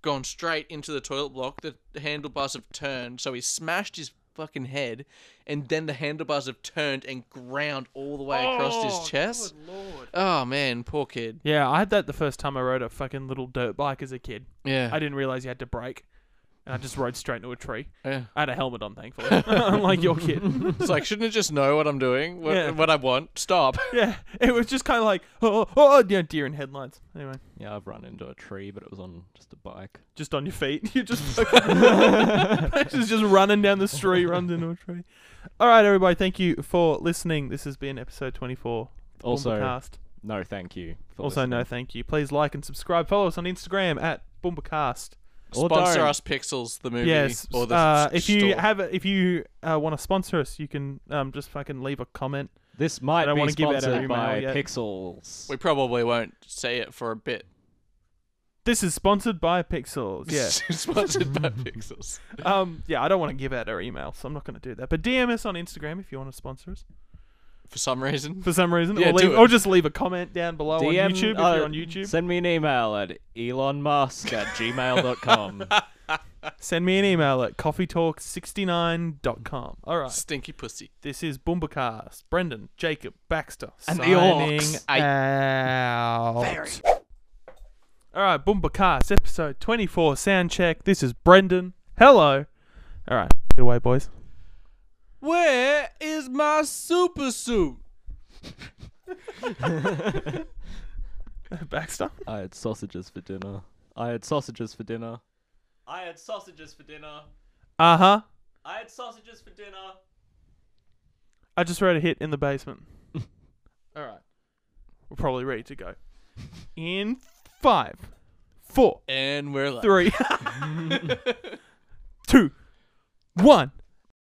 [SPEAKER 5] gone straight into the toilet block. The handlebars have turned, so he smashed his fucking head, and then the handlebars have turned and ground all the way across his chest. Oh man, poor kid.
[SPEAKER 2] Yeah, I had that the first time I rode a fucking little dirt bike as a kid.
[SPEAKER 5] Yeah.
[SPEAKER 2] I didn't realize you had to brake, and I just rode straight into a tree.
[SPEAKER 5] Yeah.
[SPEAKER 2] I had a helmet on, thankfully, unlike your kid.
[SPEAKER 5] It's like, shouldn't it just know what I'm doing, what,
[SPEAKER 2] Yeah.
[SPEAKER 5] what I want? Stop.
[SPEAKER 2] yeah, it was just kind of like, oh, oh, oh, yeah, deer in headlights. Anyway,
[SPEAKER 4] yeah, I've run into a tree, but it was on just a bike.
[SPEAKER 2] just on your feet, you just fucking- just just running down the street, runs into a tree. All right, everybody, thank you for listening. This has been episode twenty-four.
[SPEAKER 4] Also,
[SPEAKER 2] Boombacast.
[SPEAKER 4] no, thank you. for
[SPEAKER 2] Also,
[SPEAKER 4] listening.
[SPEAKER 2] no, thank you. Please like and subscribe. Follow us on Instagram at Boombacast.
[SPEAKER 4] Or
[SPEAKER 5] Sponsor
[SPEAKER 4] don't.
[SPEAKER 5] us, Pixels, the movie.
[SPEAKER 2] Yes.
[SPEAKER 5] Or the
[SPEAKER 2] uh,
[SPEAKER 5] s-
[SPEAKER 2] if you
[SPEAKER 5] store.
[SPEAKER 2] have, a, if you uh, want to sponsor us, you can um, just fucking leave a comment.
[SPEAKER 4] This might
[SPEAKER 2] I don't
[SPEAKER 4] be
[SPEAKER 2] wanna give out our
[SPEAKER 4] sponsored
[SPEAKER 2] email
[SPEAKER 4] by
[SPEAKER 2] yet.
[SPEAKER 4] Pixels.
[SPEAKER 5] we probably won't say it for a bit.
[SPEAKER 2] This is sponsored by Pixels. Yeah.
[SPEAKER 5] Sponsored by Pixels.
[SPEAKER 2] um. Yeah. I don't want to give out our email, so I'm not going to do that. But DM us on Instagram if you want to sponsor us
[SPEAKER 5] For some reason.
[SPEAKER 2] for some reason,
[SPEAKER 5] Yeah,
[SPEAKER 2] or, leave,
[SPEAKER 5] do it.
[SPEAKER 2] or just leave a comment down below on
[SPEAKER 4] DM,
[SPEAKER 2] YouTube if
[SPEAKER 4] uh,
[SPEAKER 2] you're on YouTube.
[SPEAKER 4] Send me an email at elonmusk at gmail.com.
[SPEAKER 2] Send me an email at coffeetalk69.com. All right.
[SPEAKER 5] Stinky pussy.
[SPEAKER 2] This is Boombacast. Brendan, Jacob, Baxter,
[SPEAKER 4] And the
[SPEAKER 2] signing
[SPEAKER 4] Orcs.
[SPEAKER 5] I-
[SPEAKER 2] out. All right, Boombacast, episode 24, sound check. This is Brendan. Hello. All right, get away, boys.
[SPEAKER 5] Where is my super suit?
[SPEAKER 2] Baxter.
[SPEAKER 4] I had sausages for dinner. I had sausages for dinner. I had sausages for dinner.
[SPEAKER 2] Uh huh.
[SPEAKER 4] I had sausages for dinner.
[SPEAKER 2] I just wrote a hit in the basement. All right. We're probably ready to go. In five, four,
[SPEAKER 5] And we're like,
[SPEAKER 2] three, two, one.